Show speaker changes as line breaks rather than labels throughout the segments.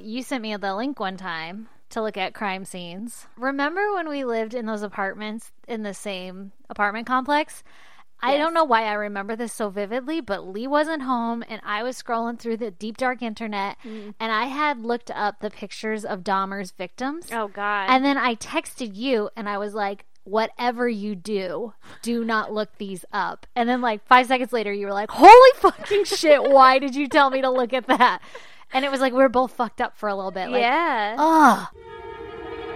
you sent me the link one time to look at crime scenes. Remember when we lived in those apartments in the same apartment complex? I
Yes.
don't know why I remember this so vividly, but Lee wasn't home and I was scrolling through the deep dark internet
Mm.
and I had looked up the pictures of Dahmer's victims.
Oh God.
And then I texted you and I was like, whatever you do, do not look these up. And then, like, five seconds later, you were like, holy fucking shit, why did you tell me to look at that? And it was like, we were both fucked up for a little bit. Like, oh.
yeah.
ugh.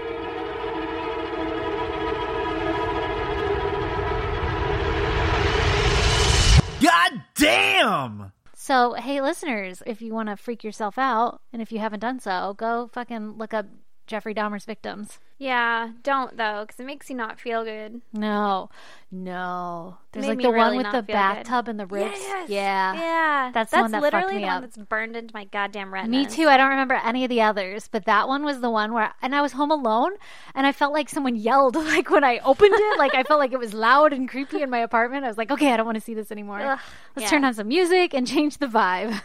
God damn!
So, hey, listeners, if you want to freak yourself out, and if you haven't done so, go fucking look up Jeffrey Dahmer's victims.
yeah. Don't though, because it makes you not feel good.
No, no. There's
Made
like
me
the one
really
with
not
the
feel good.
bathtub and the ribs.
Yeah.
Yeah. That's the
that's
one that fucked
literally
me
the one
up.
that's burned into my goddamn retina.
Me too. I don't remember any of the others, but that one was the one where, and I was home alone, and I felt like someone yelled, like when I opened it, like I felt like it was loud and creepy in my apartment. I was like, okay, I don't want to see this anymore.
Ugh,
Let's
yeah.
turn on some music and change the vibe.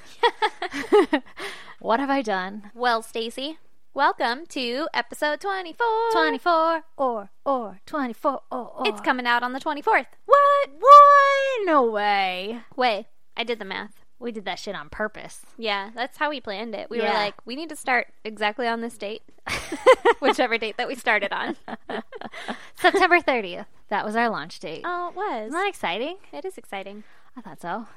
what have I done?
Well, Stacy, welcome to episode twenty-four.
24 or, or, 24 or, or.
It's coming out on the twenty-fourth.
What? What? No way.
Wait, I did the math.
We did that shit on purpose.
Yeah, that's how we planned it. We were
Yeah.
like, we need to start exactly on this date, whichever date that we started on.
September 30th. That was our launch date.
Oh, it was.
Isn't that exciting?
It is exciting.
I thought so.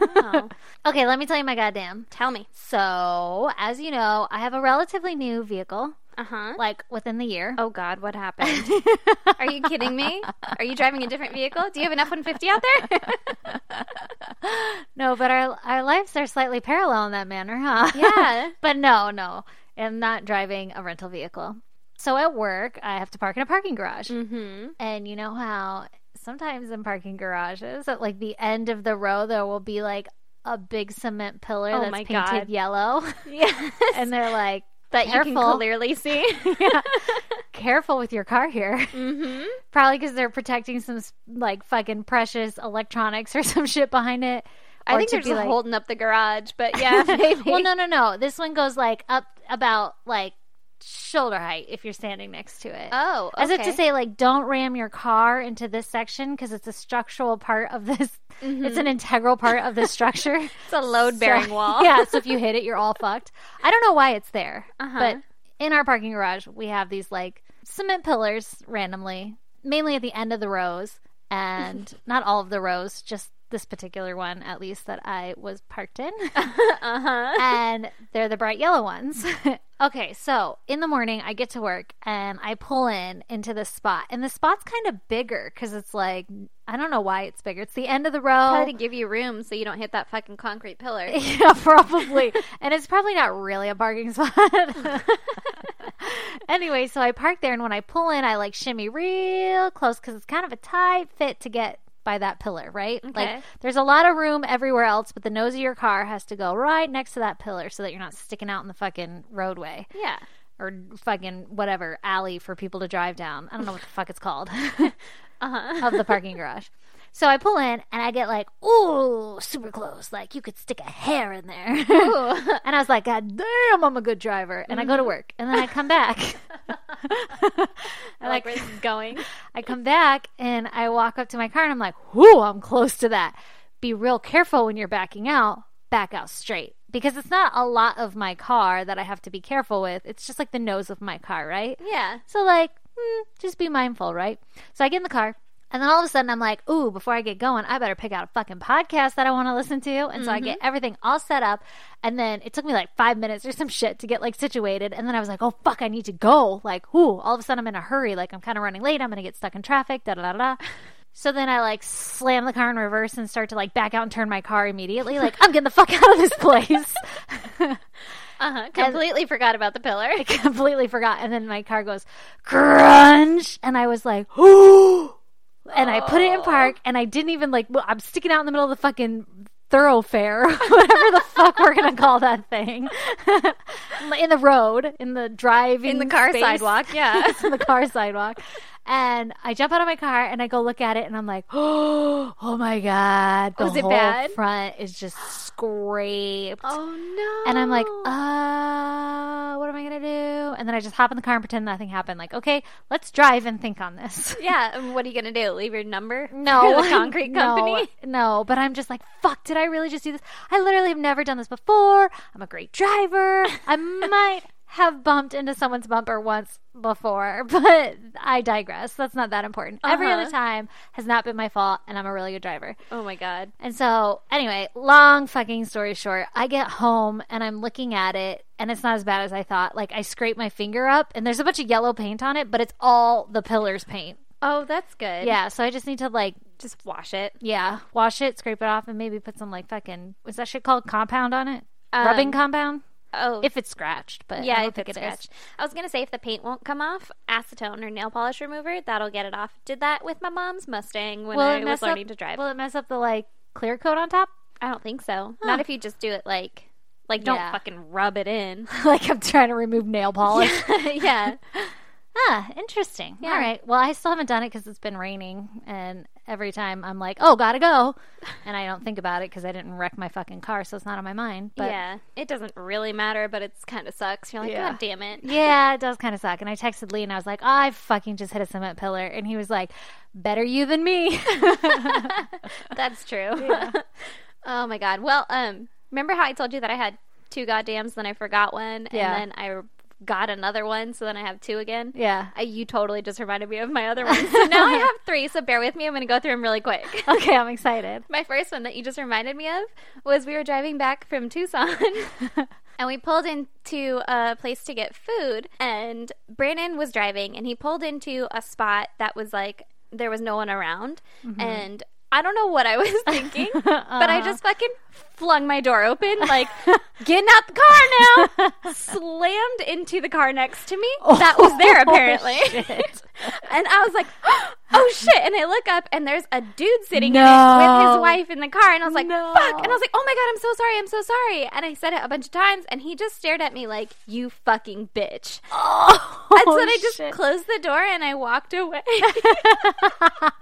Oh.
okay, let me tell you my goddamn.
Tell me.
So, as you know, I have a relatively new vehicle,
Uh huh.
like within the year.
Oh God, what happened? Are you kidding me? Are you driving a different vehicle? Do you have an F one fifty out there?
No, but our our lives are slightly parallel in that manner, huh?
Yeah.
but no, no, I'm not driving a rental vehicle. So at work, I have to park in a parking garage,
mm-hmm.
and you know how sometimes in parking garages, at like the end of the row, there will be like a big cement pillar
Oh
that's
my
painted
God.
yellow,
Yes.
and they're like,
that you
careful.
can clearly see.
"Careful with your car here."
mm-hmm.
Probably because they're protecting some like fucking precious electronics or some shit behind it.
I
Or
think
to
they're
be
just
like-
holding up the garage, but yeah, maybe.
well, no, no, no. This one goes like up about like shoulder height if you're standing next to it.
Oh, okay.
As if to say, like, don't ram your car into this section because it's a structural part of this.
Mm-hmm.
It's an integral part of this structure.
it's a load bearing
So-
wall.
Yeah, so if you hit it, you're all fucked. I don't know why it's there,
Uh-huh.
but in our parking garage, we have these like cement pillars randomly, mainly at the end of the rows, and not all of the rows, just this particular one, at least that I was parked in.
Uh huh.
and they're the bright yellow ones. okay, so in the morning, I get to work and I pull in into this spot, and the spot's kind of bigger because it's like I don't know why it's bigger. It's the end of the row.
Try to give you room so you don't hit that fucking concrete pillar.
Yeah, probably. and it's probably not really a parking spot. anyway, so I park there, and when I pull in, I like shimmy real close because it's kind of a tight fit to get by that pillar, right?
Okay.
Like there's a lot of room everywhere else, but the nose of your car has to go right next to that pillar so that you're not sticking out in the fucking roadway
Yeah.
or fucking whatever alley for people to drive down. I don't know what the fuck it's called
Uh-huh.
of the parking garage. So I pull in and I get like, ooh, super close. Like you could stick a hair in there. and I was like, God damn, I'm a good driver. And I go to work and then I come back.
I like where this is going.
I come back and I walk up to my car and I'm like, whoo, I'm close to that. Be real careful when you're backing out, back out straight. Because it's not a lot of my car that I have to be careful with. It's just like the nose of my car, right?
Yeah.
So like, mm, just be mindful, right? So I get in the car, and then all of a sudden I'm like, ooh, before I get going, I better pick out a fucking podcast that I want to listen to. And so I get everything all set up, and then it took me like five minutes or some shit to get like situated. And then I was like, oh fuck, I need to go. Like, ooh, all of a sudden I'm in a hurry. Like I'm kind of running late. I'm gonna get stuck in traffic. Da da da da. So then I like slam the car in reverse and start to like back out and turn my car immediately. Like I'm getting the fuck out of this place.
Uh huh. Completely forgot about the pillar.
completely forgot. And then my car goes crunch, and I was like, "Ooh!" and I put it in park, and I didn't even like. well, I'm sticking out in the middle of the fucking thoroughfare, whatever the fuck we're gonna call that thing, in the road, in the driving,
In the car
space.
sidewalk. Yeah.
It's in the car sidewalk. And I jump out of my car and I go look at it and I'm like, oh my god, the
Was it
whole
bad?
front is just scraped.
oh no.
And I'm like, And then I just hop in the car and pretend nothing happened. Like, okay, let's drive and think on this.
Yeah. and what are you gonna do? Leave your number?
No,
for the concrete
no,
company.
No, but I'm just like, fuck, did I really just do this? I literally have never done this before. I'm a great driver. I might have bumped into someone's bumper once before, but I digress. That's not that important. Every
Uh-huh.
other time has not been my fault, and I'm a really good driver.
Oh my god.
And so, anyway, long fucking story short, I get home and I'm looking at it, and it's not as bad as I thought. Like, I scrape my finger up, and there's a bunch of yellow paint on it, but it's all the pillar's paint.
Oh, that's good.
Yeah, so I just need to like
Just wash it.
yeah, wash it, scrape it off, and maybe put some like fucking what's that shit called? Compound on it, rubbing compound.
Oh,
If it's scratched, but
Um, yeah,
I don't
if
think
it's
it is.
scratched. I was gonna say if the paint won't come off, acetone or nail polish remover that'll get it off. Did that with my mom's Mustang when
Will
I
it
was
mess
learning
up?
to drive.
Will it mess up the like clear coat on top?
I don't think so. Not if you just do it like, like don't
Yeah.
fucking rub it in.
like I'm trying to remove nail polish.
yeah.
ah, interesting. All right. Well, I still haven't done it because it's been raining, and every time I'm like, oh, gotta go, and I don't think about it because I didn't wreck my fucking car, so it's not on my mind. But
yeah. It doesn't really matter, but it's kind of sucks. You're like,
Yeah.
God damn it.
Yeah, it does kind of suck. And I texted Lee and I was like, I fucking just hit a cement pillar. And he was like, better you than me.
That's true. oh my god. Well, um, remember how I told you that I had two goddams, then I forgot one,
Yeah.
and then I got another one, so then I have two again.
yeah.
I, you totally just reminded me of my other one. So now I have three. So bear with me. I'm going to go through them really quick.
Okay, I'm excited.
My first one that you just reminded me of was we were driving back from Tucson. And we pulled into a place to get food, and Brandon was driving, and he pulled into a spot that was like there was no one around, and I don't know what I was thinking, but I just fucking flung my door open, like getting out the car now, slammed into the car next to me that was there apparently,
Oh,
and I was like, oh shit, and I look up and there's a dude sitting in it with his
No.
wife in the car, and I was like,
No.
fuck, and I was like, oh my god, I'm so sorry, I'm so sorry, and I said it a bunch of times, and he just stared at me like, you fucking bitch.
Oh,
And so then I just
shit.
closed the door and I walked away. and I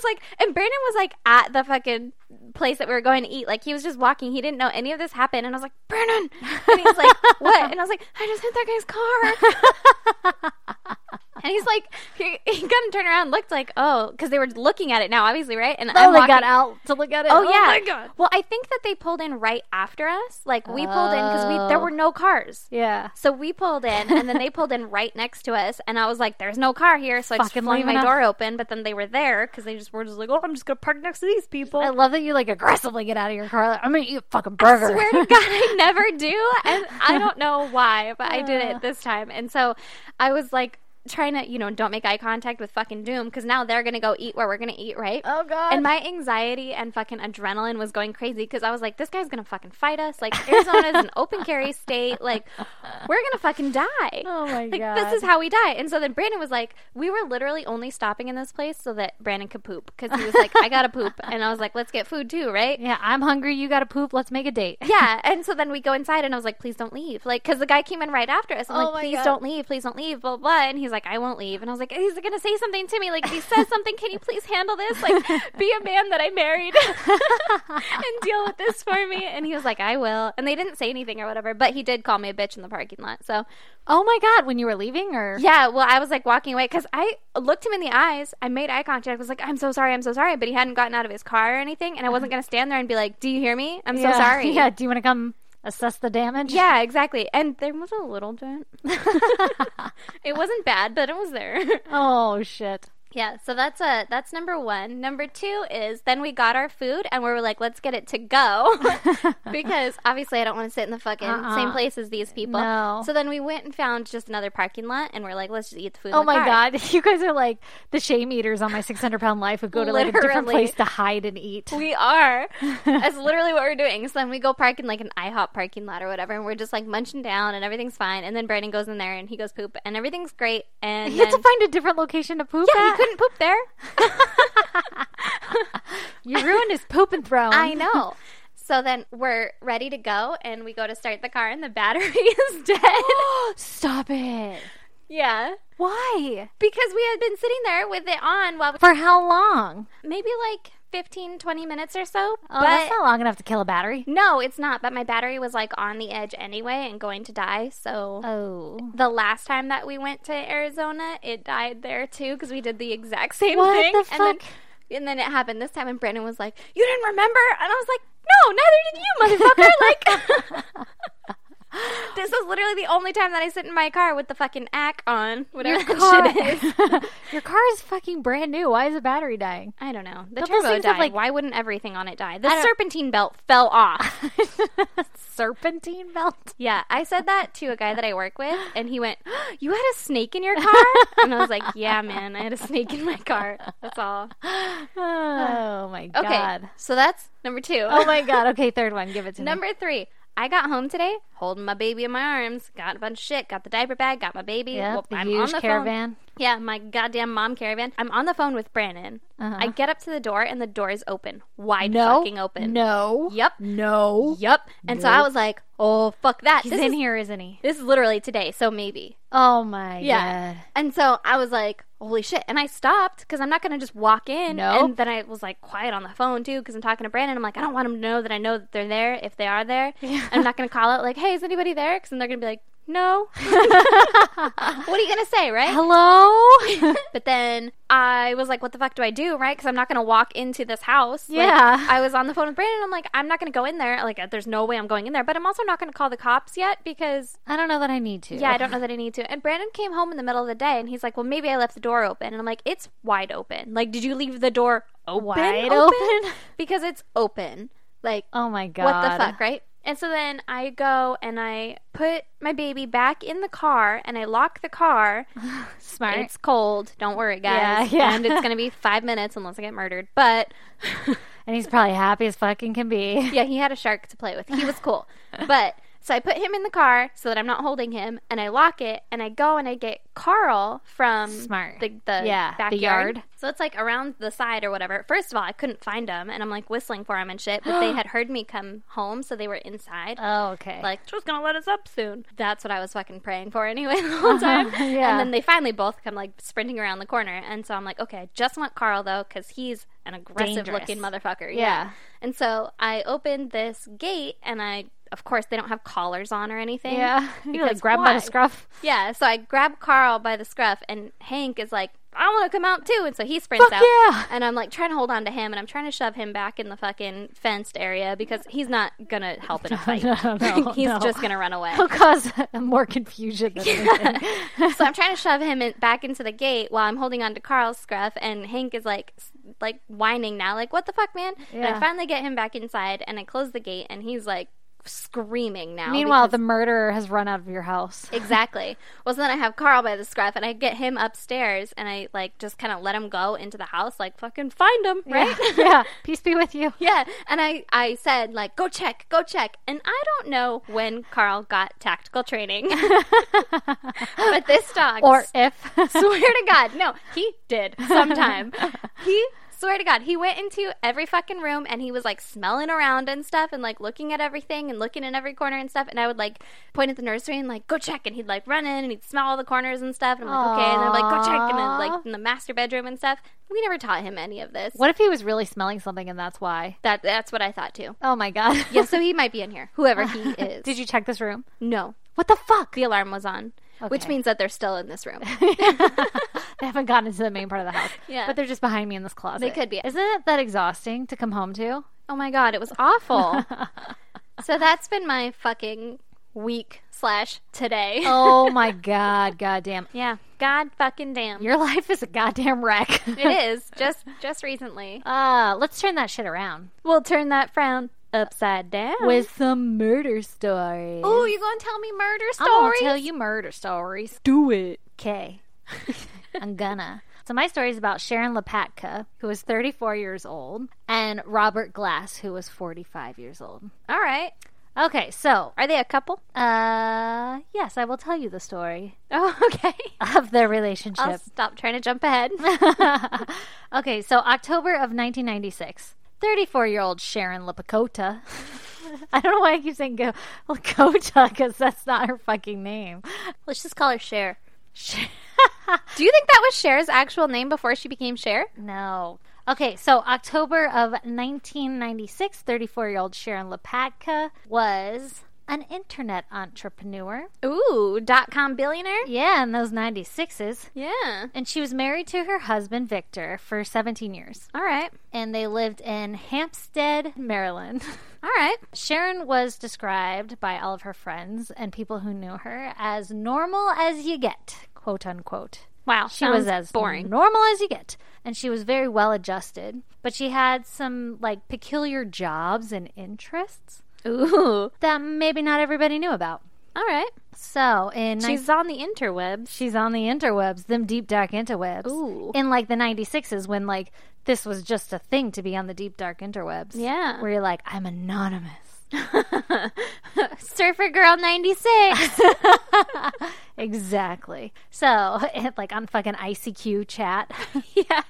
was like, and Brandon was like at the fucking place that we were going to eat. Like he was just walking. He didn't know any of this happened. And I was like, Brandon. And he's like, what? And I was like, I just hit that guy's car. and he's like, he, he kind of turned around and looked like, oh, because they were looking at it now, obviously, right? And
Oh,
I'm
they
walking.
got out to look at it.
Oh, yeah.
my God.
Well, I think that they pulled in right after us. Like we pulled in because we there
Oh.
were no cars.
Yeah.
So we pulled in, and then they pulled in right next to us, and I was like, "There's no car here," so I just
Fucking
flung
leave
my
it up.
door open. But then they were there because they just were just like, "Oh, I'm just gonna park next to these people."
I
I
love that you like aggressively get out of your car. Like, I'm going to eat a fucking burger.
swear to God, I never do, and I don't know why, but I did
Uh.
it this time, and so I was like trying to, you know, don't make eye contact with fucking Doom because now they're gonna go eat where we're gonna eat, right?
oh, God.
And my anxiety and fucking adrenaline was going crazy because I was like, this guy's gonna fucking fight us. Like, Arizona is an open carry state. Like, we're gonna fucking die.
Oh, my
like,
God.
This is how we die. And so then Brandon was like, we were literally only stopping in this place so that Brandon could poop because he was like, I gotta poop. And I was like, let's get food too, right?
yeah, I'm hungry. You got to poop. Let's make a date.
Yeah, and so then we go inside, and I was like, "Please don't leave," like because the guy came in right after us. I'm
Oh
like,
my
"Please
God.
don't leave, please don't leave," blah blah. And he's like, "I won't leave," and I was like, "He's gonna say something to me. Like, if he says something, can you please handle this? Like, be a man that I married and deal with this for me." And he was like, "I will." And they didn't say anything or whatever, but he did call me a bitch in the parking lot. So
Oh, my God. When you were leaving or?
yeah, well, I was like walking away because I looked him in the eyes. I made eye contact. I was like, "I'm so sorry, I'm so sorry," but he hadn't gotten out of his car or anything, and I wasn't gonna stand there and be like, "Do you hear me? I'm
Uh-huh. Yeah.
so sorry."
Yeah. Do you want to come assess the damage?
Yeah, exactly. And there was a little dent. it wasn't bad, but it was there.
Oh, shit.
yeah, so that's a that's number one. Number two is then we got our food and we were like, let's get it to go because obviously I don't want to sit in the fucking
Uh-uh.
same place as these people.
No.
So then we went and found just another parking lot and we're like, let's just eat the food. in
Oh
the
my
car.
god, you guys are like the shame eaters on my 600 pound life who go to like a different
Literally.
place to hide and eat.
We are. That's literally what we're doing. So then we go park in like an IHOP parking lot or whatever, and we're just like munching down, and everything's fine. And then Brandon goes in there, and he goes poop, and everything's great. And
You had to
then-
find a different location to poop
Yeah,
at.
he couldn't poop there.
You ruined his poop and throne.
I know. So then we're ready to go, and we go to start the car, and the battery is dead.
Stop it.
yeah,
Why?
because we had been sitting there with it on while
For how long?
maybe like 15, 20 minutes or so.
Oh,
but
that's not long enough to kill a battery.
no, it's not. But my battery was like on the edge anyway and going to die. So
Oh.
the last time that we went to Arizona, it died there too because we did the exact same
What
thing.
the
And
fuck?
then, and then it happened this time, and Brandon was like, "You didn't remember?" And I was like, "No, neither did you, motherfucker!" like. This is literally the only time that I sit in my car with the fucking ack on, whatever that shit is.
Your car is fucking brand new. Why is the battery dying?
I don't know. The
But those
turbo
things have,
died.
like-
Why wouldn't everything on it die?
I
The
don't-
serpentine belt fell off.
Serpentine belt.
Yeah, I said that to a guy that I work with, and he went, "You had a snake in your car?" And I was like, "Yeah, man, I had a snake in my car. That's all."
Oh my
Okay,
god.
so that's number two.
Oh my god. Okay, third one. Give it to me.
number three. I got home today, holding my baby in my arms. Got a bunch of shit. Got the diaper bag. Got my baby.
Yeah,
Well,
the
I'm on
huge
the phone.
caravan.
Yeah, my goddamn mom caravan. I'm on the phone with Brandon.
Uh-huh.
I get up to the door, and the door is open, wide
No.
fucking open.
No.
Yep.
No.
Yep. And so I was like, "Oh fuck that."
He's
this
in
is,
here, isn't he?
This is literally today, so maybe.
Oh my
Yeah.
god.
And so I was like, holy shit. And I stopped because I'm not going to just walk in.
No.
And then I was like quiet on the phone too because I'm talking to Brandon. I'm like, I don't want him to know that I know that they're there if they are there. I'm not going to call out like, hey, is anybody there? Because then they're going to be like, no. what are you going to say, right?
Hello?
But then I was like, what the fuck do I do, right? Because I'm not going to walk into this house. Like,
Yeah.
I was on the phone with Brandon. I'm like, I'm not going to go in there. Like, there's no way I'm going in there. But I'm also not going to call the cops yet because
I don't know that I need to.
yeah, I don't know that I need to. And Brandon came home in the middle of the day and he's like, Well, maybe I left the door open. And I'm like, It's wide open. Like, did you leave the door open?
Wide open?
because it's open. Like,
Oh my god.
what the fuck, right? And so then I go and I put my baby back in the car and I lock the car.
Smart.
It's cold. Don't worry, guys.
Yeah, yeah.
And it's going to be five minutes unless I get murdered. But
and he's probably happy as fucking can be.
yeah, he had a shark to play with. He was cool. but so I put him in the car so that I'm not holding him, and I lock it, and I go and I get Carl from
Smart.
the, the
Yeah, the
backyard.
yard.
So it's like around the side or whatever. First of all, I couldn't find him, and I'm like whistling for him and shit, but they had heard me come home, so they were inside.
Oh, okay.
like she's gonna let us up soon. That's what I was fucking praying for anyway the whole time.
Uh-huh, Yeah.
And then they finally both come like sprinting around the corner, and so I'm like, okay, I just want Carl though, because he's an aggressive looking
Dangerous.
motherfucker.
Yeah.
And so I opened this gate, and I, of course, they don't have collars on or anything.
yeah. You
Because
like grab by
why?
the scruff.
Yeah. So I grab Carl by the scruff, and Hank is like, I want to come out too, and so he sprints
Fuck
out.
yeah.
And I'm like trying to hold on to him, and I'm trying to shove him back in the fucking fenced area because he's not gonna help in a fight.
No, no,
he's
no.
just gonna run away.
It'll cause more confusion than anything.
so I'm trying to shove him in, back into the gate while I'm holding on to Carl's scruff, and Hank is like, s- like whining now, like what the fuck, man? And I
Yeah.
finally get him back inside, and I close the gate, and he's like screaming now.
Meanwhile, the
because-
murderer has run out of your house.
exactly. Well, so then I have Carl by the scruff, and I get him upstairs, and I like just kind of let him go into the house, like fucking find him, right?
Yeah. yeah. Peace be with you.
Yeah, and I, I said like go check, go check, and I don't know when Carl got tactical training, but this dog
Or if.
swear to God, no, he did sometime. he swear to God, he went into every fucking room and he was like smelling around and stuff and like looking at everything and looking in every corner and stuff. And I would like point at the nursery and like go check, and he'd like run in and he'd smell all the corners and stuff. And I'm like, okay, and they're like go check, and then like in the master bedroom and stuff. We never taught him any of this.
what if he was really smelling something and that's why?
That that's what I thought too.
Oh my god.
Yeah, so he might be in here, whoever he is.
Did you check this room?
No,
What the fuck?
the alarm was on, which
Okay.
means that they're still in this room.
They haven't gotten into the main part of the house.
Yeah.
But they're just behind me in this closet.
They could be.
Isn't it that exhausting to come home to?
Oh my god, it was awful. so that's been my fucking week slash today.
Oh my god, goddamn.
yeah, god fucking damn,
Your life is a goddamn wreck.
it is just just recently.
Uh, let's turn that shit around
We'll turn that frown upside down.
with some murder stories.
oh, you gonna tell me murder
I'm gonna
stories?
tell you murder stories.
Do it.
Okay. I'm gonna. So my story is about Sharon Lepatka, who was 34 years old, and Robert Glass, who was 45 years old.
All right,
Okay, so
are they a couple?
uh, yes, I will tell you the story
Oh, okay.
of their
I'll
relationship.
stop trying to jump ahead.
okay, so October of 1996, 34 year old Sharon Lepakota. I don't know why I keep saying go- Lakota because that's not her fucking name.
Let's just call her Cher. Do you think that was Cher's actual name before she became Cher?
No. Okay, so October of 1996, 34 year old Sharon Lepatka was an internet entrepreneur.
Ooh, dot com billionaire?
Yeah, in those 96s.
Yeah.
And she was married to her husband, Victor, for 17 years.
All right.
And they lived in Hampstead, Maryland.
All right.
Sharon was described by all of her friends and people who knew her as normal as you get, quote unquote.
Wow.
She
sounds
was as
boring.
normal as you get. And she was very well adjusted, but she had some like peculiar jobs and interests
Ooh.
that maybe not everybody knew about.
All right.
So in nine-
She's on the interwebs.
she's on the interwebs, them deep dark interwebs.
Ooh.
In like the '96s when like this was just a thing to be on the deep dark interwebs.
Yeah.
where you're like I'm anonymous.
Surfer Girl 96.
Exactly. So like on fucking ICQ chat.
yeah.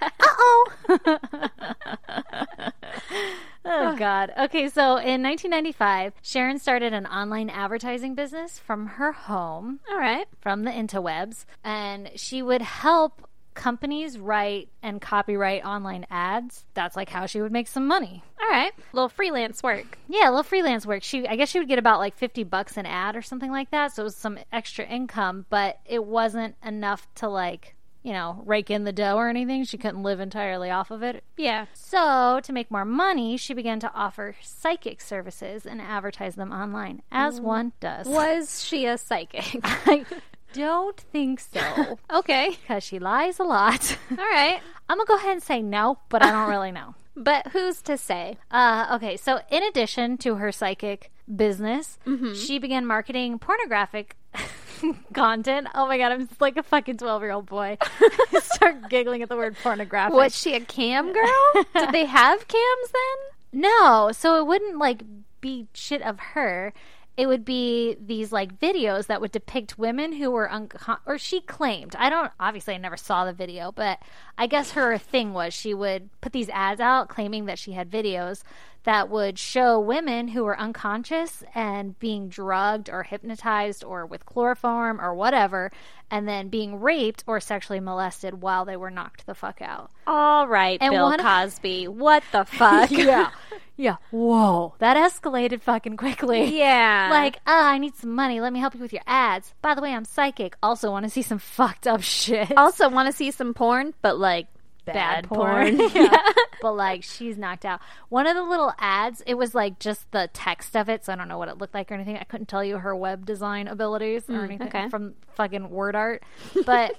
Oh, God. Okay, so in 1995, Sharon started an online advertising business from her home,
All right.
from the interwebs, and she would help companies write and copyright online ads. That's like how she would make some money.
All right. Little freelance work.
Yeah, a little freelance work. She, I guess, she would get about like fifty bucks an ad or something like that. So it was some extra income, but it wasn't enough to like, you know, rake in the dough or anything. She couldn't live entirely off of it.
Yeah.
So, to make more money, she began to offer psychic services and advertise them online, as one does.
Was she a psychic?
I don't think so,
okay.
because she lies a lot.
All right.
I'm going to go ahead and say no, but I don't really know.
But who's to say?
Uh, okay, so in addition to her psychic business, she began marketing pornographic content. Oh my God, I'm just like a fucking 12 year old boy. I Start giggling at the word pornographic.
Was she a cam girl? Did they have cams then?
No, so it wouldn't like be shit of her. It would be these like videos that would depict women who were uncon or she claimed. I don't obviously I never saw the video, but I guess her thing was she would put these ads out claiming that she had videos that would show women who were unconscious and being drugged or hypnotized or with chloroform or whatever and then being raped or sexually molested while they were knocked the fuck out.
All right,
And
Bill
one-
Cosby. What the fuck?
yeah. Yeah. Whoa. That escalated fucking quickly.
Yeah.
Like, ah, I need some money. Let me help you with your ads. By the way, I'm psychic. Also, want to see some fucked up shit.
also want to see some porn, but like bad,
yeah. but like, she's knocked out. One of the little ads, it was like just the text of it, so I don't know what it looked like or anything. I couldn't tell you her web design abilities or anything
okay.
from fucking word art. But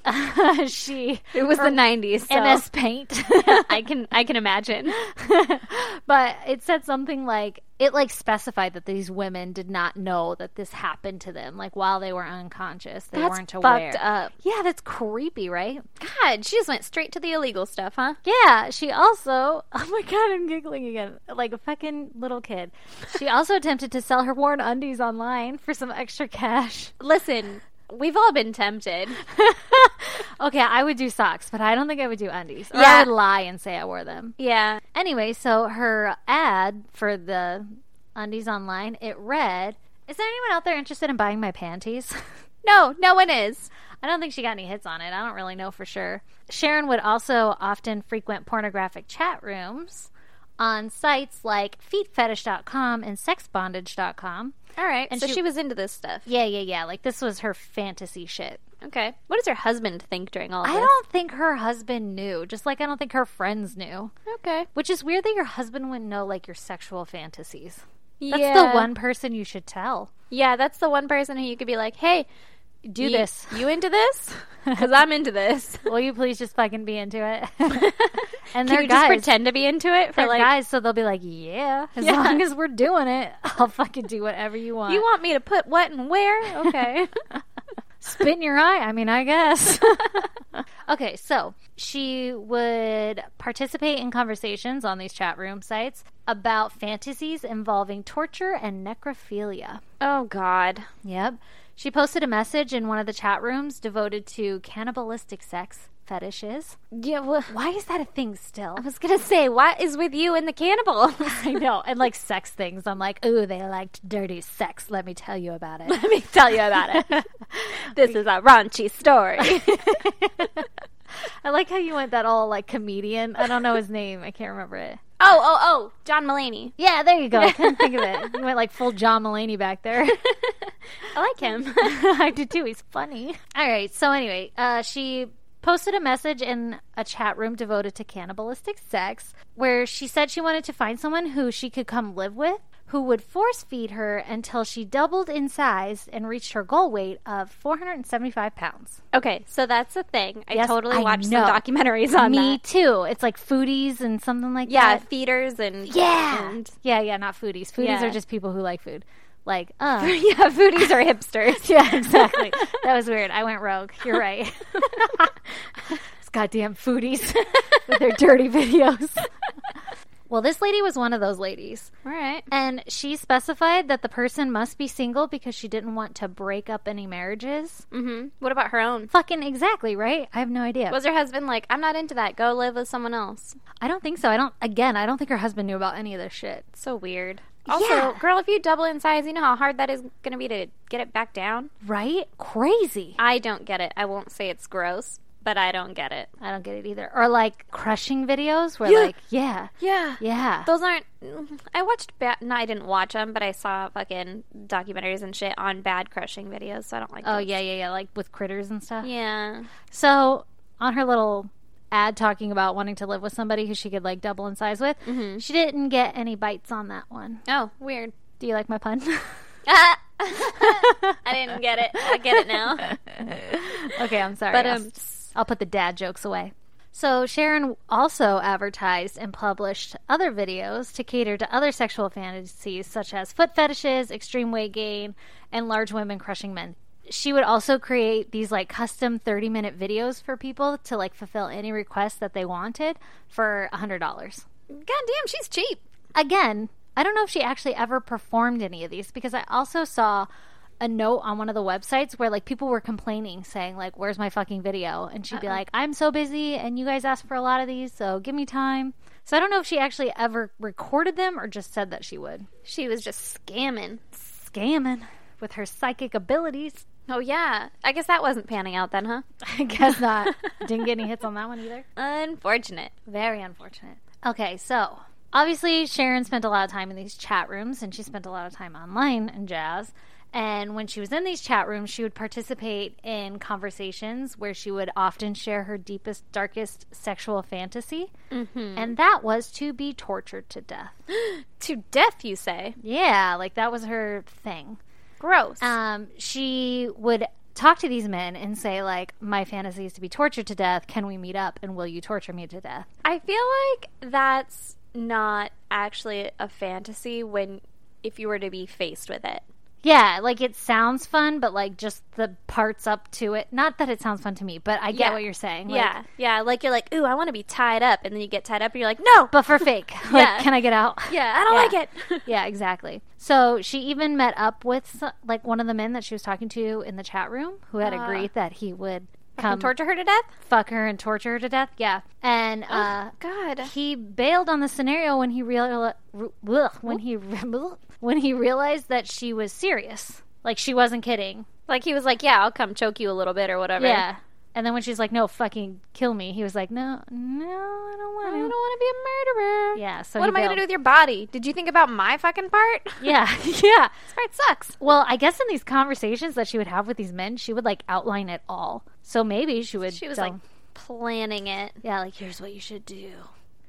she
it was the nineties. So.
MS Paint.
I can I can imagine.
but it said something like it like specified that these women did not know that this happened to them like while they were unconscious they
That's
weren't
fucked
aware
up.
yeah that's creepy right
God, she just went straight to the illegal stuff, huh?
yeah she also oh my god i'm giggling again like a fucking little kid she also attempted to sell her worn undies online for some extra cash
Listen, we've all been tempted.
okay i would do socks but i don't think i would do undies or i
Yeah.
would lie and say i wore them
Yeah.
Anyway, so her ad for the undies online, it read, "Is there anyone out there interested in buying my panties?"
No, no one is.
I don't think she got any hits on it. I don't really know for sure. Sharon would also often frequent pornographic chat rooms on sites like feetfetish.com and sexbondage.com.
All right. so
she-
she, was into this stuff.
Yeah, yeah, yeah. Like this was her fantasy shit.
Okay. What does her husband think during all of
I
this?
don't think her husband knew, just like I don't think her friends knew.
Okay.
Which is weird that your husband wouldn't know like your sexual fantasies.
That's
That's the one person you should tell.
Yeah, that's the one person who you could be like, "Hey,
Do
you,
this.
You into this? Because I'm into this."
Will you please just fucking be into it? and they're
you
guys.
just pretend to be into it for
they're
like,
guys, so they'll be like, "Yeah, as
Yeah.
long as we're doing it, I'll fucking do whatever you want.
"You want me to put what and where?" Okay.
spit in your eye? I mean, I guess." okay, so she would participate in conversations on these chat room sites about fantasies involving torture and necrophilia.
oh God.
Yep. She posted a message in one of the chat rooms devoted to cannibalistic sex fetishes.
Yeah. Well,
Why is that a thing still?
I was gonna say, what is with you and the cannibal?
I know. And like sex things. I'm like, ooh, they liked dirty sex. Let me tell you about it.
Let me tell you about it. this is a raunchy story.
I like how you went that all like comedian. I don't know his name. I can't remember it.
Oh, oh, oh, John Mulaney.
Yeah, there you go. I couldn't think of it. You went like full John Mulaney back there.
I like him.
I do too. He's funny. All right. So anyway, uh, she posted a message in a chat room devoted to cannibalistic sex, where she said she wanted to find someone who she could come live with, who would force feed her until she doubled in size and reached her goal weight of 475 pounds.
okay, so that's the thing. I
Yes,
totally
I
watched
know.
some documentaries on
Me
that.
too. It's like foodies and something like
Yeah,
that.
feeders and
Yeah.
and-
yeah, yeah, not foodies. Foodies
Yeah.
are just people who like food. Like, uh,
yeah, foodies are hipsters.
yeah, exactly. that was weird. I went rogue. You're right. These goddamn foodies with their dirty videos. well, this lady was one of those ladies.
All right.
And she specified that the person must be single because she didn't want to break up any marriages.
Mm-hmm. What about her own?
Fucking exactly, right? I have no idea.
Was her husband like, I'm not into that. Go live with someone else.
I don't think so. I don't, again, I don't think her husband knew about any of this shit.
So weird. Also,
Yeah.
girl, if you double in size, you know how hard that is going to be to get it back down?
Right? Crazy.
I don't get it. I won't say it's gross, but I don't get it.
I don't get it either. Or like crushing videos where,
Yeah.
like, yeah,
Yeah.
yeah.
Those aren't. I watched bad. No, I didn't watch them, but I saw fucking documentaries and shit on bad crushing videos. So I don't like.
Oh,
those.
yeah, yeah, yeah. Like with critters and stuff.
yeah.
So on her little ad talking about wanting to live with somebody who she could like double in size with,
Mm-hmm.
she didn't get any bites on that one.
Oh, weird.
Do you like my pun?
Ah! I didn't get it. I get it now.
okay, I'm sorry.
But
I'll-
um,
I'll put the dad jokes away. So Sharon also advertised and published other videos to cater to other sexual fantasies such as foot fetishes, extreme weight gain, and large women crushing men. She would also create these like custom 30 minute videos for people to like fulfill any request that they wanted for $100.
goddamn, um, she's cheap.
Again, I don't know if she actually ever performed any of these because I also saw a note on one of the websites where like people were complaining saying like where's my fucking video and she'd be like I'm so busy and you guys asked for a lot of these so give me time. So I don't know if she actually ever recorded them or just said that she would.
She was just scamming.
Scamming with her psychic abilities.
Oh yeah. I guess that wasn't panning out then, huh?
I guess not. Didn't get any hits on that one either.
Unfortunate.
Very unfortunate. Okay, so obviously Sharon spent a lot of time in these chat rooms and she spent a lot of time online and jazz. And when she was in these chat rooms, she would participate in conversations where she would often share her deepest, darkest sexual fantasy. And that was to be tortured to death.
To deaf, you say?
Yeah, like that was her thing
Gross.
um, she would talk to these men and say like my fantasy is to be tortured to death can we meet up and will you torture me to death
I feel like that's not actually a fantasy when if you were to be faced with it.
yeah like it sounds fun but like just the parts up to it not that it sounds fun to me but i get
Yeah.
what you're saying like,
yeah. Yeah, like you're like, "Ooh, I want to be tied up." And then you get tied up and you're like, "No."
but for fake like
Yeah.
can i get out
yeah, I don't
Yeah.
like it.
yeah exactly so she even met up with s- like one of the men that she was talking to in the chat room who had
Ah.
agreed that he would
and
come
torture her to death?
fuck her and torture her to death yeah and uh
God.
he bailed on the scenario when he real re- blech, when he re- when he realized that she was serious, like she wasn't kidding.
Like he was like, "Yeah, I'll come choke you a little bit or whatever."
Yeah. And then when she's like, "No, fucking kill me," he was like, "No, no, I don't
I
want
don't
to."
want to be a murderer.
Yeah. So
what
he
am I going to do
bailed.
with your body? Did you think about my fucking part?
Yeah, yeah.
this part sucks.
Well, I guess in these conversations that she would have with these men, she would like outline it all. So maybe she would.
She was
tell-
like planning it.
"Yeah, like here's what you should do."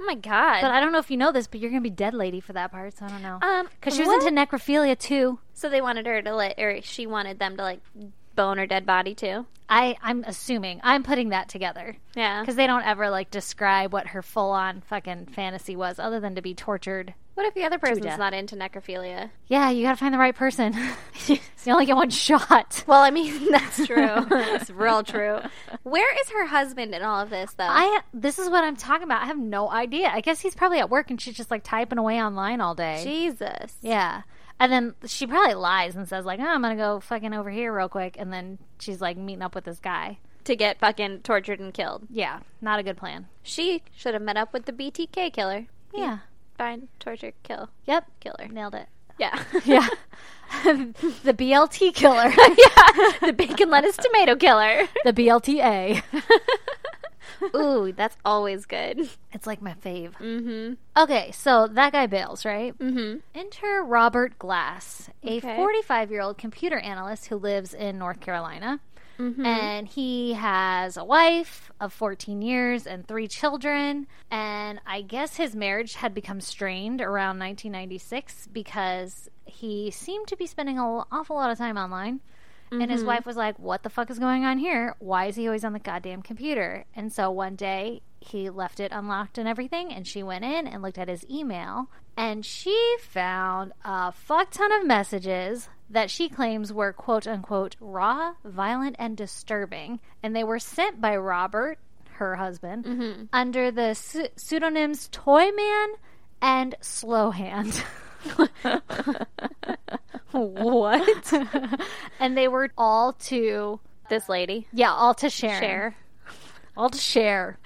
Oh my god.
But I don't know if you know this, but you're gonna be dead lady for that part, so I don't know.
um,
Because she was
what?
into necrophilia too.
So they wanted her to let, or she wanted them to like bone her dead body too.
I I'm assuming I'm putting that together.
Yeah.
Because they don't ever like describe what her full on fucking fantasy was, other than to be tortured.
What if the other person's
death.
not into necrophilia?
Yeah, you gotta find the right person. you only get one shot.
Well, I mean, that's true. it's real true. Where is her husband in all of this, though?
I this is what I'm talking about. I have no idea. I guess he's probably at work and she's just like typing away online all day.
Jesus.
yeah. And then she probably lies and says like, "Oh, I'm gonna go fucking over here real quick," and then she's like meeting up with this guy.
To get fucking tortured and killed.
Yeah, not a good plan.
She should have met up with the BTK killer.
Yeah.
Find, torture, kill,
Yep.
killer.
Nailed it.
Yeah.
Yeah. the BLT killer.
yeah. The bacon lettuce tomato killer.
the BLTA.
Ooh, that's always good.
It's like my fave. Mm-hmm. Okay, so that guy bails, right? Mm-hmm. Enter Robert Glass, a
Okay.
45 year old computer analyst who lives in North Carolina. And he has a wife of 14 years and three children. And I guess his marriage had become strained around 1996 because he seemed to be spending an awful lot of time online. And his wife was like, What the fuck is going on here? Why is he always on the goddamn computer? And so one day he left it unlocked and everything, and she went in and looked at his email. And she found a fuck ton of messages that she claims were quote unquote raw, violent, and disturbing. And they were sent by Robert, her husband, under the pse- pseudonyms Toy Man and Slow Hand.
What?
and they were all to
this lady.
Yeah, all to share.
Share.
All to share.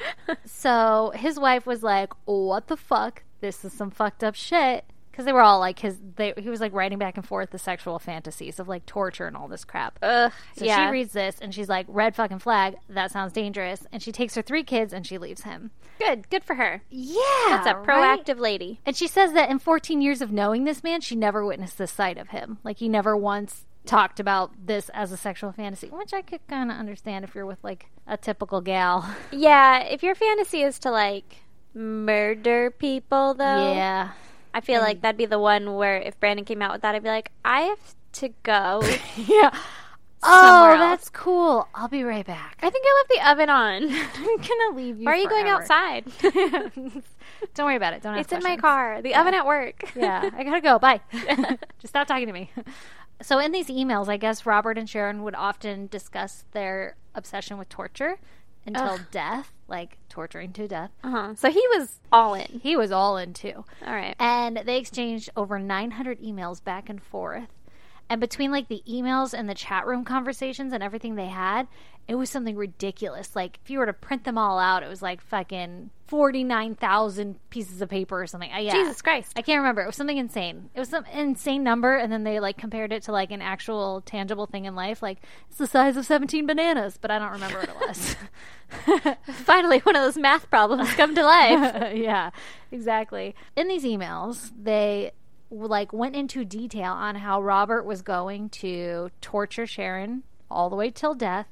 so his wife was like, "What the fuck? This is some fucked up shit." Because they were all like his. They, he was like writing back and forth the sexual fantasies of like torture and all this crap.
Ugh.
So
yeah.
she reads this and she's like, "Red fucking flag. That sounds dangerous." And she takes her three kids and she leaves him.
good. Good for her.
Yeah,
That's a
right?
proactive lady.
And she says that in 14 years of knowing this man, she never witnessed the sight of him. Like he never once talked about this as a sexual fantasy, which I could kind of understand if you're with like a typical gal.
Yeah. If your fantasy is to like murder people, though,
Yeah. Mm.
I feel like that'd be the one where if Brandon came out with that, I'd be like, I have to go.
Yeah.
Somewhere
Oh,
else.
that's cool. I'll be right back.
I think I left the oven on.
I'm gonna leave you.
Why are you going
forever.
outside?
Don't worry about it. Don't. Ask
it's in my
questions.
car. The oven at work.
yeah, I gotta go. Bye. Just stop talking to me. So, in these emails, I guess Robert and Sharon would often discuss their obsession with torture until
Ugh.
death, like torturing to death.
Uh-huh. So he was all in.
He was all in too.
All right.
And they exchanged over 900 emails back and forth. And between like the emails and the chat room conversations and everything they had, it was something ridiculous. Like if you were to print them all out, it was like fucking 49,000 pieces of paper or something. I, yeah.
Jesus Christ.
I can't remember. It was something insane. It was some insane number, and then they like compared it to like an actual tangible thing in life. Like it's the size of seventeen bananas, but I don't remember what it was.
Finally, one of those math problems come to life.
yeah, exactly. In these emails, they like went into detail on how Robert was going to torture Sharon all the way till death,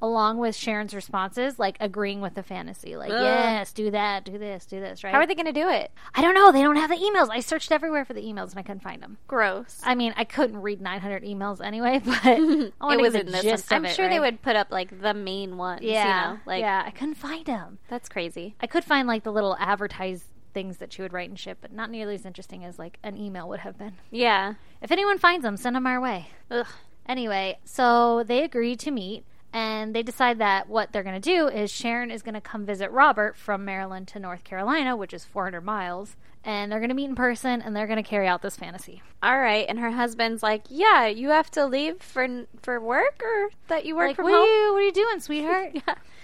along with Sharon's responses, like agreeing with the fantasy, like yes, do that, do this, do this, right?
How are they going to do it?
I don't know. They don't have the emails. I searched everywhere for the emails and I couldn't find them.
Gross.
I mean, I couldn't read 900 emails anyway, but I
it
wanted
was
the
in this one.
gist
I'm
of it,
sure they
right?
would put up like the main ones.
Yeah,
You know? Like,
yeah. I couldn't find them.
that's crazy.
I could find like the little advertised things that she would write and shit, but not nearly as interesting as like an email would have been.
Yeah.
If anyone finds them, send them our way.
Ugh.
Anyway, so they agree to meet and they decide that what they're going to do is Sharon is going to come visit Robert from Maryland to North Carolina, which is 400 miles, and they're going to meet in person and they're going to carry out this fantasy.
All right. And her husband's like, yeah, you have to leave for for work or that you work
Like,
from
what
home.
are you what are you doing, sweetheart?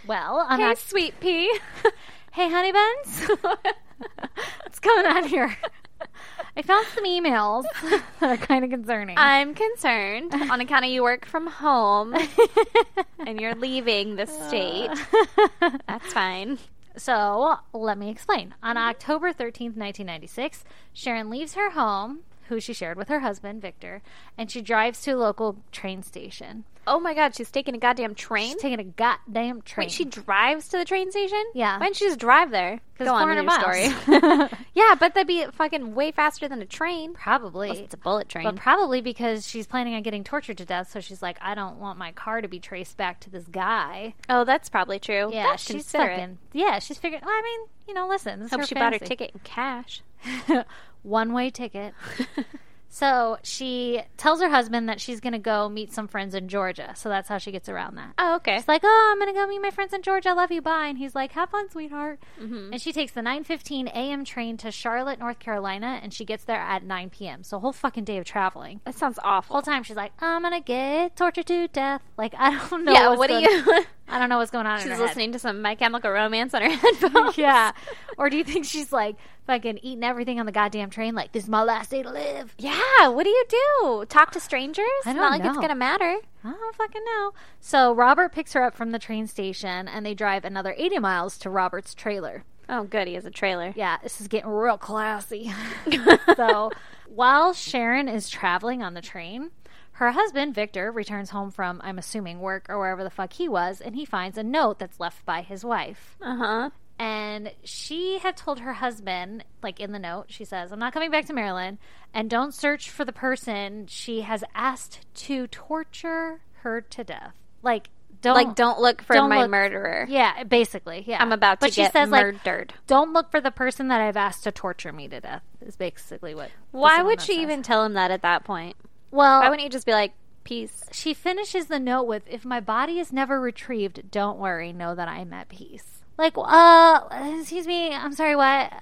Well, I'm
Hey,
not
sweet pea.
Hey, honey buns. What's going on here? I found some emails that are kind of concerning.
I'm concerned on account of you work from home and you're leaving the state. That's fine.
so, let me explain. On
Mm-hmm.
October 13th, 1996, Sharon leaves her home, who she shared with her husband, Victor, and she drives to a local train station.
Oh my God, she's taking a goddamn train.
She's taking a goddamn train.
Wait, she drives to the train station?
Yeah.
Why didn't she just drive there?
it's
Go on
400
with your
miles.
story. yeah, but that'd be fucking way faster than a train.
probably.
Unless it's a bullet train.
But probably because she's planning on getting tortured to death, so she's like, I don't want my car to be traced back to this guy.
oh, that's probably true.
Yeah,
That's
she's
considerate.
fucking. Yeah, she's figuring. Well, I mean, you know, listen. This is
Hope
her
she bought her
fantasy.
ticket in cash.
One way ticket. so she tells her husband that she's going to go meet some friends in Georgia. So that's how she gets around that.
Oh, okay.
She's like, oh, I'm going to go meet my friends in Georgia. I love you. Bye. And he's like, have fun, sweetheart.
Mm-hmm.
And she takes the 9.15 a.m. train to Charlotte, North Carolina, and she gets there at 9 p.m. So a whole fucking day of traveling.
That sounds
Whole
awful.
time she's like, I'm going to get tortured to death. Like, I don't know.
Yeah,
what's
what do
going-
you
I don't know what's going on. in
She's
her head.
listening to some My Chemical Romance on her headphones.
Yeah. Or do you think she's like fucking eating everything on the goddamn train? Like this is my last day to live.
Yeah, what do you do? Talk to strangers?
I
Not
don't
like it's
know.
gonna matter.
I don't fucking know. So Robert picks her up from the train station, and they drive another eighty miles to Robert's trailer.
Oh, good, he has a trailer.
Yeah, this is getting real classy. so while Sharon is traveling on the train, her husband, Victor, returns home from, I'm assuming, work or wherever the fuck he was, and he finds a note that's left by his wife.
Uh huh.
And she had told her husband, like in the note, she says, I'm not coming back to Maryland, and don't search for the person she has asked to torture her to death. Like, don't.
Like, Oh, don't look for
Don't
my
look-
murderer.
Yeah, basically. Yeah.
I'm about to
but
get
she says, like,
murdered.
don't look for the person that I've asked to torture me to death. Is basically what.
Why
this
would
woman
she
says.
even tell him that at that point?
Well,
Why wouldn't you just be like, peace?
she finishes the note with, "If my body is never retrieved, don't worry. Know that I'm at peace." Like, uh, excuse me. I'm sorry. What?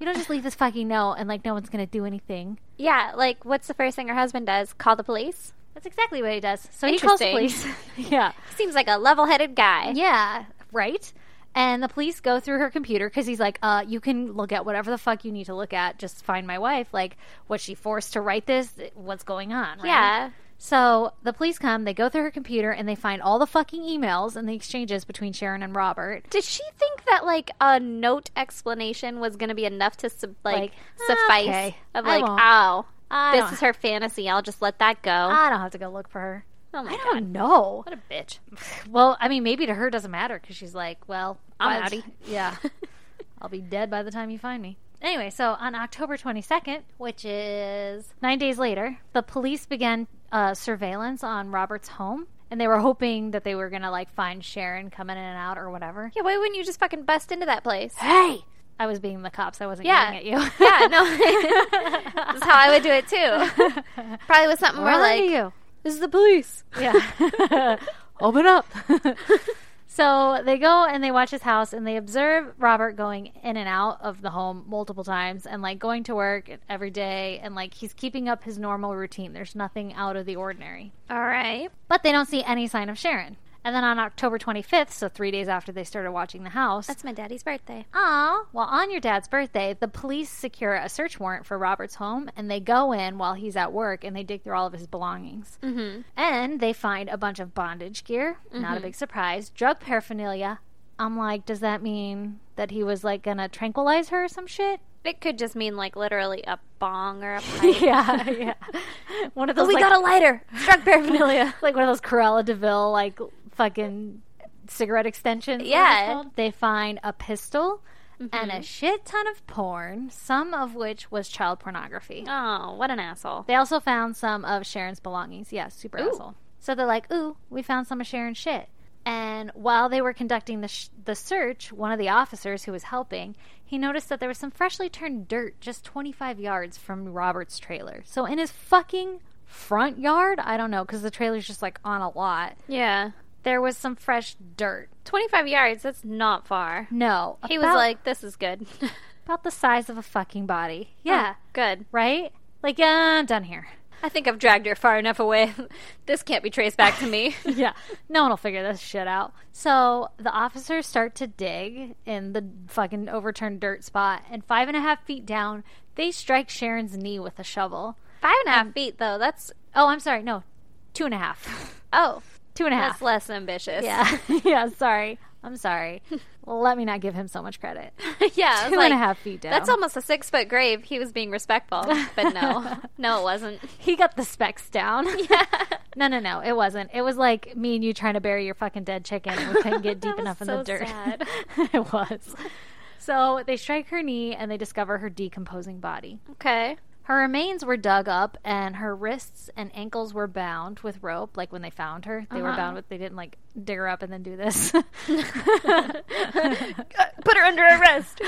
You don't just leave this fucking note and like no one's gonna do anything.
Yeah, like, what's the first thing her husband does? Call the police?
That's exactly what he does. So he calls the police.
Interesting.
yeah.
Seems like a level headed guy.
Yeah, right. And the police go through her computer because he's like, uh, you can look at whatever the fuck you need to look at. Just find my wife. Like, was she forced to write this? What's going on? right?
Yeah.
So the police come, they go through her computer, and they find all the fucking emails and the exchanges between Sharon and Robert.
Did she think that like a note explanation was going to be enough to sub- like,
Like,
suffice
okay,
of
I
like,
won't.
oh,
I
this
don't-
is her fantasy. I'll just let that go.
I don't have to go look for her.
oh my
I
god,
don't know.
what a bitch!
Well, I mean, maybe to her doesn't matter because she's like, well,
I'm
by the
outie.
t- Yeah. I'll be dead by the time you find me. Anyway, so on October 22nd, which is nine days later, the police began uh, surveillance on Robert's home. And they were hoping that they were going to like find Sharon coming in and out or whatever.
Yeah, why wouldn't you just fucking bust into that place?
Hey! I was being the cops. I wasn't
Yeah.
yelling at you.
yeah, no, that's how I would do it too. Probably with something
We're
more
like,
like,
you.
"This is the police."
Yeah. Open up. so they go and they watch his house and they observe Robert going in and out of the home multiple times and like going to work every day and like he's keeping up his normal routine. There's nothing out of the ordinary.
All right.
But they don't see any sign of Sharon. And then on October 25th, so three days after they started watching the house,
That's my daddy's birthday.
Aw, well, on your dad's birthday, the police secure a search warrant for Robert's home and they go in while he's at work and they dig through all of his belongings. Mm-hmm. And they find a bunch of bondage gear, not a big surprise, drug paraphernalia. I'm like, does that mean that he was like gonna tranquilize her or some shit?
It could just mean like literally a bong or a pipe.
yeah, yeah. One of those.
Oh, we
like,
got a lighter, drug paraphernalia.
like one of those Corella Deville like fucking cigarette extensions. what are
Yeah.
they called? They find a pistol and a shit ton of porn, some of which was child pornography.
oh, what an asshole!
They also found some of Sharon's belongings. Yeah, super
Ooh.
asshole. So they're like, "Ooh, we found some of Sharon's shit." And while they were conducting the sh- the search, one of the officers who was helping, he noticed that there was some freshly turned dirt just 25 yards from Robert's trailer. So in his fucking front yard, I don't know, because the trailer's just like on a lot.
Yeah,
There was some fresh dirt.
twenty-five yards. That's not far.
No,
He was
about-
like, "This is good."
about the size of a fucking body. Yeah,
yeah, good.
right. Like, yeah, I'm done here.
I think I've dragged her far enough away. this can't be traced back to me.
yeah, no one will figure this shit out. So the officers start to dig in the fucking overturned dirt spot, and five and a half feet down, they strike Sharon's knee with a shovel.
Five and a half feet, though. That's
Oh, I'm sorry, no, two and a half.
oh,
Two and a
that's
half.
less ambitious.
Yeah, yeah, sorry. I'm sorry. Let me not give him so much credit.
yeah. I was
Two
like,
and a half feet down.
That's almost a six-foot grave. He was being respectful, but no, no, it wasn't.
He got the specs down.
Yeah.
No, no, no. It wasn't. It was like me and you trying to bury your fucking dead chicken and we couldn't get deep
That was
enough in
so
the dirt.
sad.
it was. So they strike her knee and they discover her decomposing body.
Okay.
Her remains were dug up and her wrists and ankles were bound with rope. Like when they found her, they were
Uh-huh.
bound with, they didn't like dig her up and then do this.
Uh, Put her under arrest.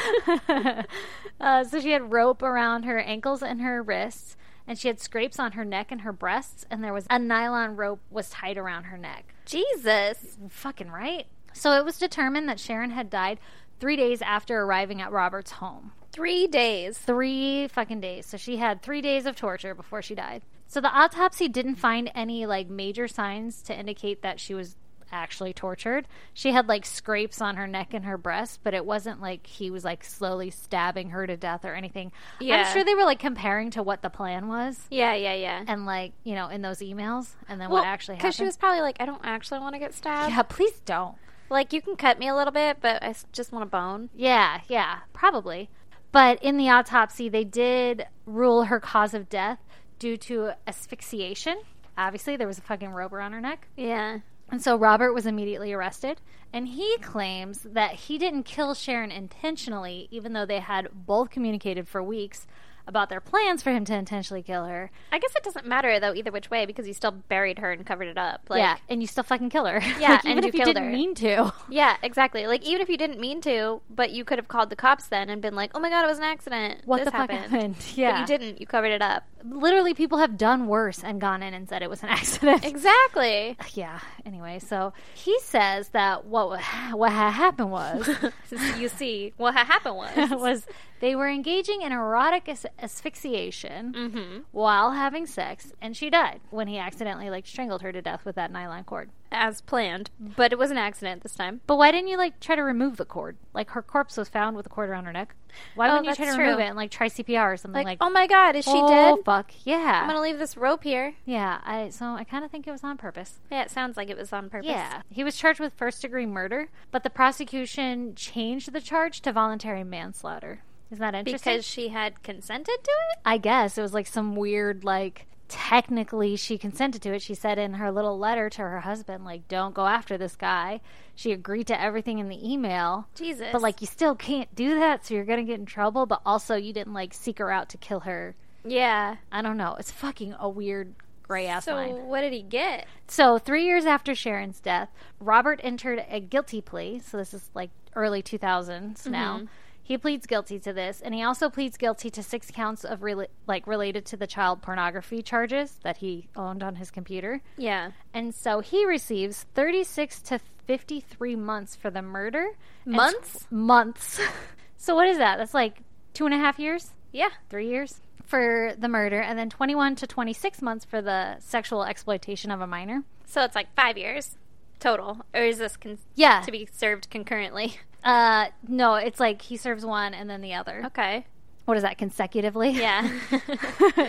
uh, so she had rope around her ankles and her wrists, and she had scrapes on her neck and her breasts, and there was a nylon rope was tied around her neck.
Jesus.
Fucking right. So it was determined that Sharon had died three days after arriving at Robert's home.
Three days.
Three fucking days. So she had three days of torture before she died. So the autopsy didn't find any like major signs to indicate that she was actually tortured. She had like scrapes on her neck and her breast, but it wasn't like he was like slowly stabbing her to death or anything.
Yeah.
I'm sure they were like comparing to what the plan was
Yeah, yeah, yeah.
and like, you know, in those emails and then what actually happened.
Because she was probably like, I don't actually want to get stabbed.
yeah, please don't.
Like, you can cut me a little bit, but I s- just want a bone.
Yeah, yeah, probably. But in the autopsy, they did rule her cause of death due to asphyxiation. Obviously, there was a fucking rope around her neck.
Yeah.
And so Robert was immediately arrested. And he claims that he didn't kill Sharon intentionally, even though they had both communicated for weeks about their plans for him to intentionally kill her.
I guess it doesn't matter, though, either which way, because you still buried her and covered it up. Like,
yeah, and you still fucking kill her.
Yeah,
Like, even
and
if
you
you
killed
didn't
her.
mean to.
Yeah, exactly. Like, even if you didn't mean to, but you could have called the cops then and been like, oh my God, it was an accident.
What
This
the fuck happened? Yeah,
But you didn't. You covered it up.
Literally, people have done worse and gone in and said it was an accident.
Exactly.
yeah. Anyway, so he says that what wa- what had happened was
you see, what ha- happened was.
was they were engaging in erotic as- asphyxiation
Mm-hmm.
while having sex, and she died when he accidentally like strangled her to death with that nylon cord.
as planned, but it was an accident this time.
But why didn't you like try to remove the cord? Like her corpse was found with a cord around her neck. Why
Oh,
wouldn't you
that's
try to remove
true.
it and like try CPR or something
Like,
like?
oh my god, is she
oh,
dead?
Fuck yeah,
I'm gonna leave this rope here.
yeah. I so I kind of think it was on purpose.
Yeah, it sounds like it was on purpose.
Yeah. He was charged with first degree murder, but the prosecution changed the charge to voluntary manslaughter. Isn't that interesting?
because she had consented to it.
I guess it was like some weird, like, technically she consented to it. She said in her little letter to her husband, like, don't go after this guy. She agreed to everything in the email.
Jesus,
But, like, you still can't do that, so you're going to get in trouble. But also, you didn't, like, seek her out to kill her.
yeah.
I don't know. It's fucking a weird gray ass
So
line.
what did he get?
So, three years after Sharon's death, Robert entered a guilty plea. So, this is like early 2000s now. He pleads guilty to this, and he also pleads guilty to six counts of rela- like related to the child pornography charges that he owned on his computer.
Yeah,
And so he receives 36 to 53 months for the murder. and
Months?
tw- months. so, what is that? That's like two and a half years?
yeah.
three years for the murder, and then 21 to 26 months for the sexual exploitation of a minor.
So it's like five years total, or is this con-
Yeah.
to be served concurrently?
Uh, no, it's like he serves one and then the other.
Okay.
What is that consecutively?
Yeah.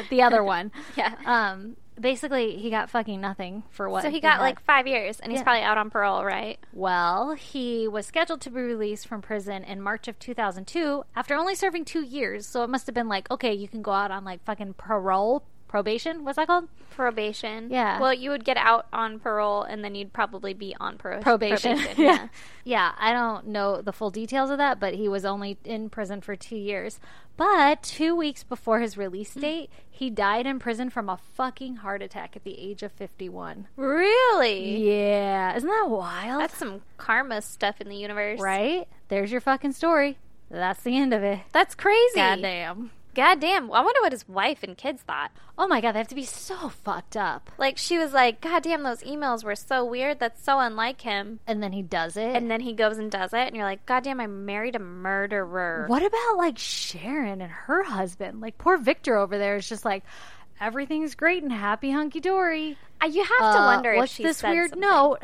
the other one.
Yeah.
Um, basically, he got fucking nothing for what.
So he got
had.
like five years, and he's
Yeah.
probably out on parole, right?
Well, he was scheduled to be released from prison in March of 2002 after only serving two years. So it must have been like, okay, you can go out on like fucking parole, probation. What's that called?
Probation.
Yeah.
Well, you would get out on parole, and then you'd probably be on pro-
probation.
yeah.
yeah, I don't know the full details of that, but he was only in prison for two years. But two weeks before his release
Mm.
date, he died in prison from a fucking heart attack at the age of 51.
Really?
Yeah, isn't that wild?
That's some karma stuff in the universe.
right. There's your fucking story. That's the end of it.
That's crazy.
Goddamn.
Goddamn. I wonder what his wife and kids thought.
Oh my god, they have to be so fucked up.
Like, she was like, Goddamn, those emails were so weird. That's so unlike him.
And then he does it.
And then he goes and does it, and you're like, Goddamn, I married a murderer.
What about like Sharon and her husband? Like poor Victor over there is just like everything's great and happy hunky dory.
Uh, You have to
Uh,
wonder if
what's
she
this
said
weird
something.
note.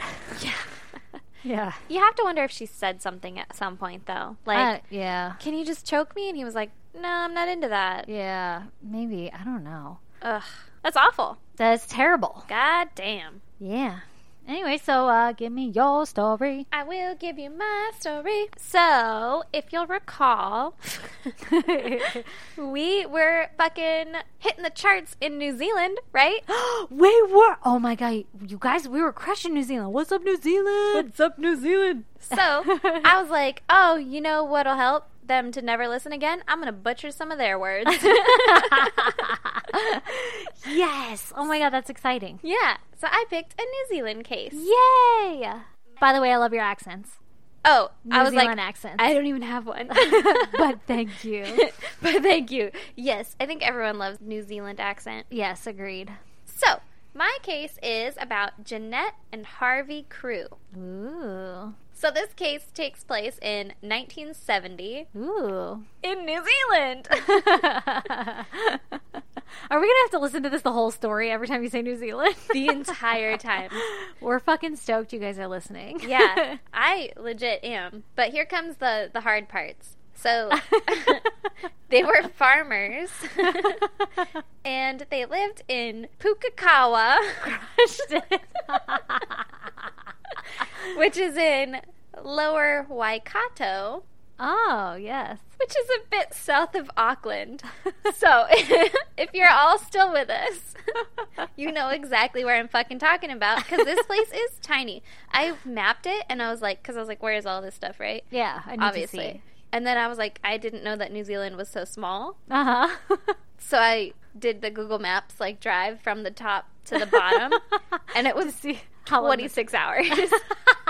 yeah,
You have to wonder if she said something at some point, though.
yeah,
Like,
Uh, yeah,
can you just choke me? And he was like, No, I'm not into that.
yeah. Maybe I don't know.
Ugh. That's awful.
That's terrible.
Goddamn.
Yeah. Anyway, so uh, give me your story.
I will give you my story. So, if you'll recall, we were fucking hitting the charts in New Zealand, right?
we were. Oh my god, you guys, we were crushing New Zealand. What's up, New Zealand? What's up, New Zealand?
So, I was like, oh, you know what'll help them to never listen again? I'm going to butcher some of their words.
Yes. Oh my god, that's exciting.
yeah. So, I picked a New Zealand case.
Yay! By the way, I love your accents.
Oh,
New
I was
Zealand
like,
accents.
I don't even have one.
but thank you.
but thank you. Yes, I think everyone loves New Zealand accent.
Yes, agreed.
So, my case is about Jeanette and Harvey Crew.
Ooh.
So, this case takes place in 1970
Ooh.
in New Zealand.
Are we gonna have to listen to this the whole story every time you say New Zealand?
the entire time.
We're fucking stoked you guys are listening.
Yeah, I legit am. But here comes the the hard parts. So they were farmers, and they lived in Pukakawa, which is in Lower Waikato,
oh yes.
which is a bit south of Auckland. So if you're all still with us, you know exactly where I'm fucking talking about because this place is tiny. I mapped it and I was like, because I was like, where is all this stuff, right?
Yeah, I need To see
Obviously. And then I was like, I didn't know that New Zealand was so small.
Uh huh.
So I did the Google Maps like drive from the top to the bottom, and it was
see how long this-
26 hours.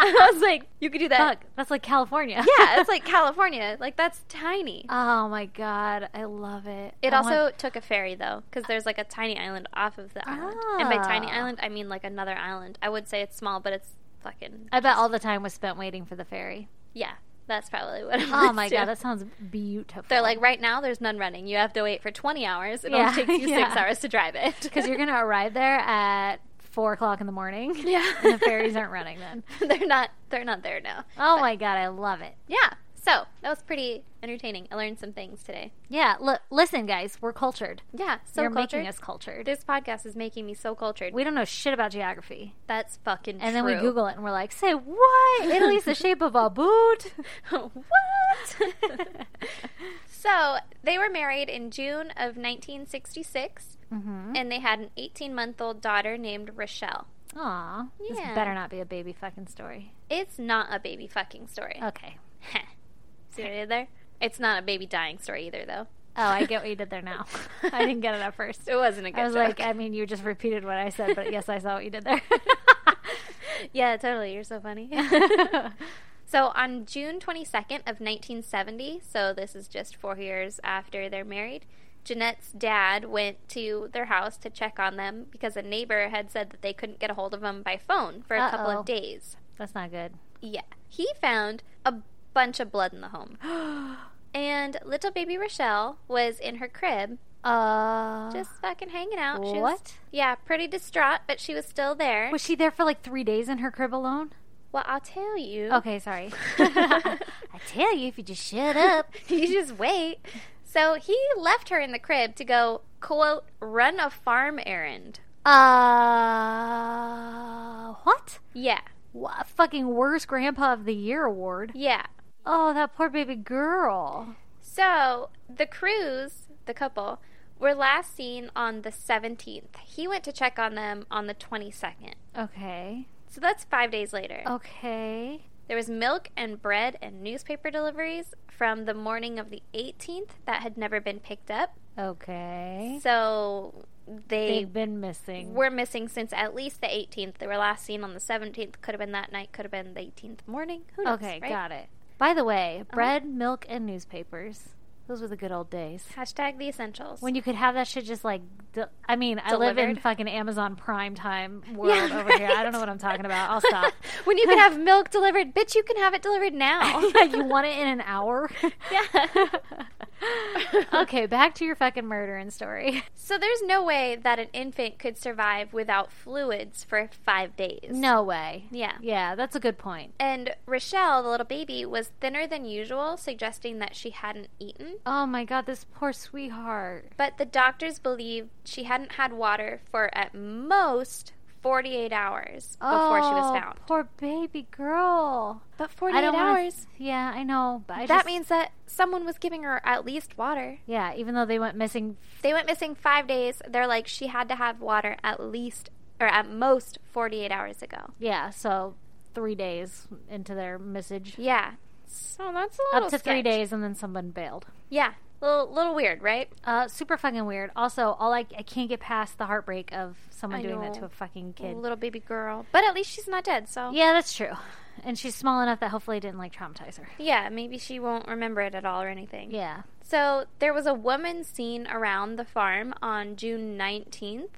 I was like, you could do that.
Fuck, that's like California.
Yeah, it's like California. Like that's tiny.
Oh my god, I love it.
It
I
also
want-
took a ferry though, because there's like a tiny island off of the island. And by tiny
Ah.
island, I mean like another island. I would say it's small, but it's fucking
I bet all the time was spent waiting for the ferry.
yeah. That's probably what. It
Oh
was,
my
too.
god, that sounds beautiful.
They're like right now. There's none running. You have to wait for 20 hours. It
Yeah,
only takes you six
yeah.
hours to drive it
because you're gonna arrive there at four o'clock in the morning.
Yeah.
and the ferries aren't running then.
they're not they're not there now.
Oh my god, I love it.
Yeah. So that was pretty entertaining. I learned some things today.
Yeah, l- listen, guys, we're cultured.
Yeah. So
You're
cultured.
making us cultured.
This podcast is making me so cultured.
we don't know shit about geography,
That's fucking.
and then we
true.
Google it, and we're like, "Say what? Italy's the shape of a boot."
what? so they were married in June of 1966,
mm-hmm.
and they had an 18 month old daughter named Rochelle.
Aw,
Yeah.
this better not be a baby fucking story.
It's not a baby fucking story.
Okay.
See what I did there? It's not a baby dying story either, though.
Oh, I get what you did there now. I didn't get it at first.
It wasn't a good.
I was
joke.
like, I mean, you just repeated what I said, but yes, I saw what you did there.
yeah, totally. You're so funny. so on June 22nd of 1970, so this is just four years after they're married, Jeanette's dad went to their house to check on them because a neighbor had said that they couldn't get a hold of them by phone for a couple
Uh-oh.
of days.
That's not good.
Yeah. He found a bunch of blood in the home. and little baby Rochelle was in her crib
Uh,
just fucking hanging out. She was-
What?
yeah, pretty distraught, but she was still there.
was she there for like three days in her crib alone?
well, I'll tell you.
Okay, sorry. I tell you, if you just shut up.
you just wait. So he left her in the crib to go, quote, run a farm errand.
Uh, what?
Yeah,
Wha fucking worst grandpa of the year award.
yeah.
Oh, that poor baby girl.
So the crews, the couple, were last seen on the 17th. He went to check on them on the 22nd.
Okay.
So that's five days later.
Oh. Okay.
There was milk and bread and newspaper deliveries from the morning of the 18th that had never been picked up.
Okay.
So they
They've been missing.
We're missing since at least the 18th. They were last seen on the 17th. Could have been that night. Could have been the 18th morning. Who knows?
Okay,
right?
got it. By the way, bread, milk, and newspapers. Those were the good old days.
Hashtag the essentials.
When you could have that shit just like, de- I mean, I live in
Delivered.
fucking Amazon Prime Time world
Yeah,
over here. I don't know what I'm talking about. I'll stop.
when you can have milk delivered, bitch, you can have it delivered now.
yeah, you want it in an hour?
yeah.
okay, back to your fucking murdering story.
So there's no way that an infant could survive without fluids for five days.
No way.
Yeah.
Yeah, that's a good point.
And Rochelle, the little baby, was thinner than usual, suggesting that she hadn't eaten.
Oh my god, this poor sweetheart.
But the doctors believed she hadn't had water for at most 48 hours before she was
Oh,
found.
Poor baby girl.
But 48
wanna-
hours.
yeah, I know. But I
that
just-
means that someone was giving her at least water.
Yeah, even though they went missing
They went missing five days. They're like, she had to have water at least, or at most, 48 hours ago.
Yeah, so three days into their message.
Yeah. So that's a little
Up to three
sketch.
days, and then someone bailed.
Yeah. Little, little weird, right?
Uh, super fucking weird. Also, all I, I can't get past the heartbreak of someone
I
doing that
know.
to a fucking kid.
Little baby girl. But at least she's not dead, so.
Yeah, that's true. And she's small enough that hopefully it didn't like traumatize her.
Yeah, maybe she won't remember it at all or anything.
Yeah.
So there was a woman seen around the farm on June 19th,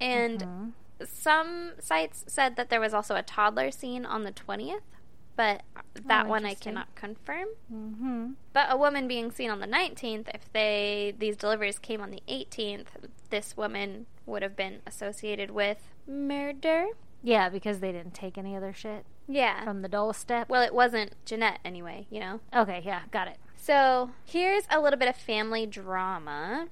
Mm-hmm.
and some sites said that there was also a toddler seen on the 20th. but that
Oh,
one I
interesting.
cannot confirm.
Mm-hmm.
But a woman being seen on the 19th, if they these deliveries came on the 18th, this woman would have been associated with murder.
Yeah, because they didn't take any other shit
Yeah.
from the doorstep.
well, it wasn't Jeanette anyway, you know.
okay, yeah, got it.
So, here's a little bit of family drama.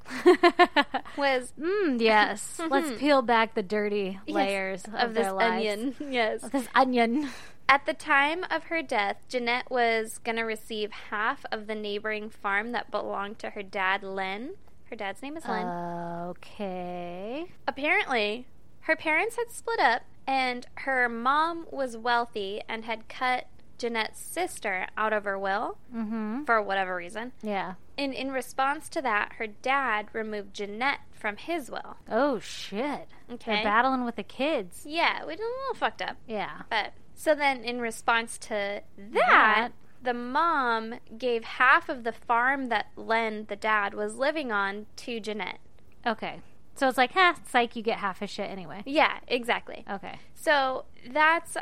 Was
Mm, yes. Let's peel back the dirty
yes,
layers of,
this
their lives.
onion. Yes.
Of this onion.
At the time of her death, Jeanette was going to receive half of the neighboring farm that belonged to her dad, Len. Her dad's name is
Uh.
Len.
okay.
Apparently, her parents had split up, and her mom was wealthy and had cut Jeanette's sister out of her will
Mm-hmm.
for whatever reason.
Yeah.
And in response to that, her dad removed Jeanette from his will.
Oh shit.
Okay.
They're battling with the kids.
Yeah, which is a little fucked up.
Yeah.
But so then, in response to that,
That.
the mom gave half of the farm that Len, the dad, was living on to Jeanette.
Okay. So it's like, ha, psych, you get half a shit anyway.
Yeah, exactly.
Okay.
So that's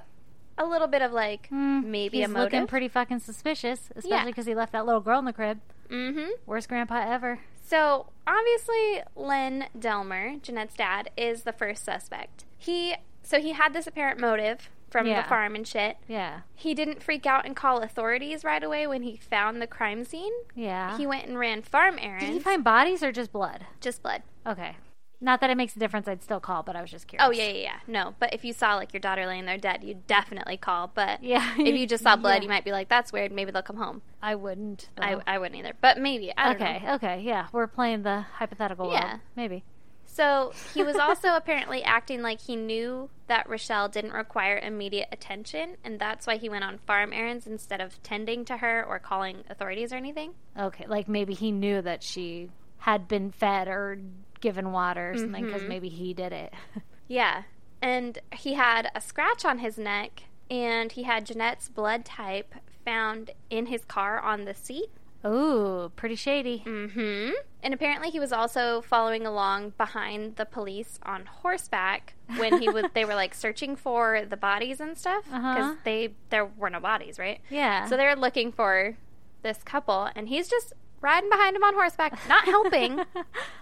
a little bit of like
Hmm,
maybe
he's
a
looking
motive.
pretty fucking suspicious,
Yeah.
especially because he left that little girl in the crib.
mm-hmm.
Worst grandpa ever.
So obviously, Len Delmer, Jeanette's dad, is the first suspect. He so he had this apparent motive from
Yeah.
the farm and shit.
Yeah.
He didn't freak out and call authorities right away when he found the crime scene.
Yeah.
He went and ran farm
Ah. Did
errands.
he find bodies or just blood?
just blood?
Okay. Not that it makes a difference. I'd still call, but I was just curious.
Oh yeah, yeah, yeah. No, but if you saw like your daughter laying there dead, you'd definitely call. But
Yeah.
if you just saw blood,
Yeah.
you might be like, "That's weird. Maybe they'll come home."
I wouldn't. though.
I, I wouldn't either, but maybe. I don't
okay.
know.
Okay. Yeah. We're playing the hypothetical.
Yeah.
world. Maybe.
So he was also apparently acting like he knew that Rochelle didn't require immediate attention, and that's why he went on farm errands instead of tending to her or calling authorities or anything.
Okay. Like maybe he knew that she had been fed or given water or something
Mm-hmm.
because maybe he did it.
Yeah. And he had a scratch on his neck, and he had Jeanette's blood type found in his car on the seat.
Ooh, pretty shady.
hmm And apparently, he was also following along behind the police on horseback when he was. they were like searching for the bodies and stuff because
Uh-huh.
they there were no bodies, right?
Yeah.
So they're looking for this couple, and he's just riding behind him on horseback, not helping,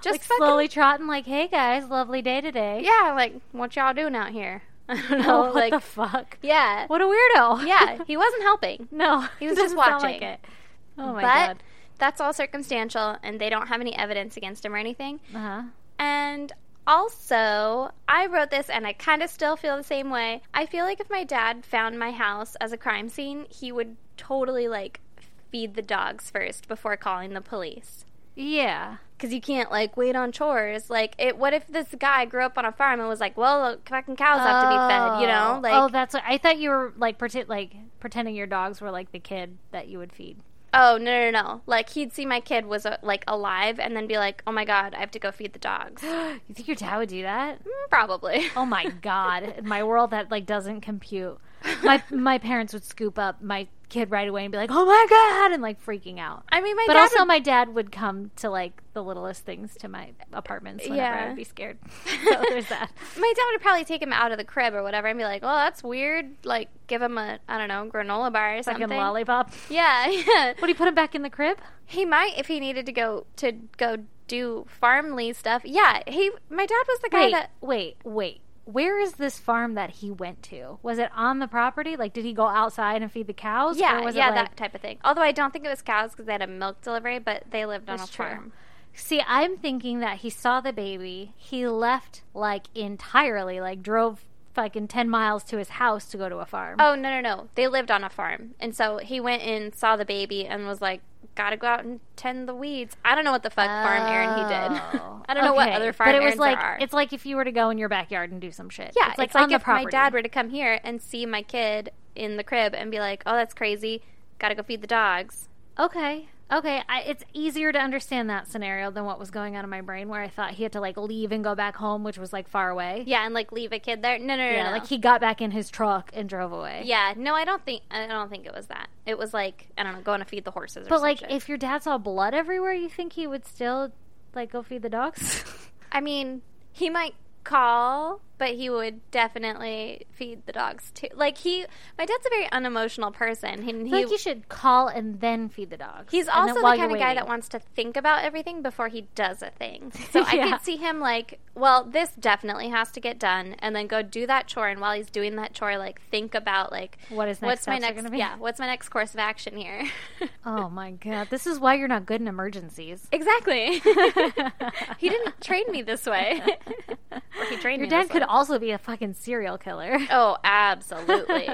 just
like
fucking-
slowly trotting, like, "Hey guys, lovely day today." Oh,
Yeah, like what y'all doing out here? I don't know.
what
like,
the fuck?
yeah,
What a weirdo.
yeah. He wasn't helping.
no,
He was
it
just
doesn't sound like
watching.
it. Oh my
but
god.
that's all circumstantial, and they don't have any evidence against him or anything.
Uh-huh.
And also, I wrote this and I kind of still feel the same way. I feel like if my dad found my house as a crime scene, he would totally like feed the dogs first before calling the police.
Yeah.
Cause you can't like wait on chores. Like, it, what if this guy grew up on a farm and was like, "Well, look, fucking cows have to be fed," you know?
Oh.
Like,
oh, that's what I thought you were like pretend like pretending your dogs were like the kid that you would feed.
oh no, no, no! Like, he'd see my kid was uh, like alive and then be like, "Oh my god, I have to go feed the dogs."
You think your dad would do that?
Probably.
Oh my god, my world that like doesn't compute. My my parents would scoop up my kid right away and be like, "Oh my god," and like freaking out.
I mean, my
But
dad
also,
would-
my dad would come to like the littlest things to my apartments whenever I
Yeah.
would be scared. So there's that.
my dad would probably take him out of the crib or whatever and be like, "Well, that's weird." Like, give him a I don't know granola bar or
Fucking
something.
lollipop.
Yeah, yeah.
Would he put him back in the crib?
He might if he needed to go to go do farmly stuff. Yeah, he. My dad was the guy
Wait,
that.
wait, wait. Where is this farm that he went to? Was it on the property? Like, did he go outside and feed the cows?
Yeah,
or was
yeah,
it like,
that type of thing. Although I don't think it was cows because they had a milk delivery, but they lived on a
That's true.
farm.
See, I'm thinking that he saw the baby. He left like entirely, like drove fucking ten miles to his house to go to a farm.
Oh no, no, no! They lived on a farm, and so he went and saw the baby and was like, "Gotta go out and tend the weeds." I don't know what the fuck farm errand he did.
Oh.
I don't know what
Okay.
other farm
But it was
errands
like
there are.
it's like if you were to go in your backyard and do some shit.
Yeah,
it's like on the
if
property.
my dad were to come here and see my kid in the crib and be like, "Oh, that's crazy. Got to go feed the dogs."
Okay. Okay, I, it's easier to understand that scenario than what was going on in my brain, where I thought he had to like leave and go back home, which was like far away.
Yeah, and like leave a kid there. No, no, no,
Yeah,
no.
like he got back in his truck and drove away.
yeah, no, I don't think I don't think it was that. It was like I don't know, going to feed the horses. Or
But
some
like,
shit.
if your dad saw blood everywhere, you think he would still like go feed the dogs?
I mean, he might call but he would definitely feed the dogs too. Like he, my dad's a very unemotional person.
I
and He,
feel like you should call and then feed the dogs.
he's
and then
also the
while
kind of
you're
guy
waiting.
that wants to think about everything before he does a thing. So I
Yeah.
could see him like, well, this definitely has to get done, and then go do that chore. And while he's doing that chore, like think about like
What his next
what's my
steps are
next
gonna be.
yeah what's my next course of action here.
Oh my god, this is why you're not good in emergencies.
Exactly. he didn't train me this way. Or he trained
Your
me
dad
this
could
way.
also be a fucking serial killer.
Oh, absolutely.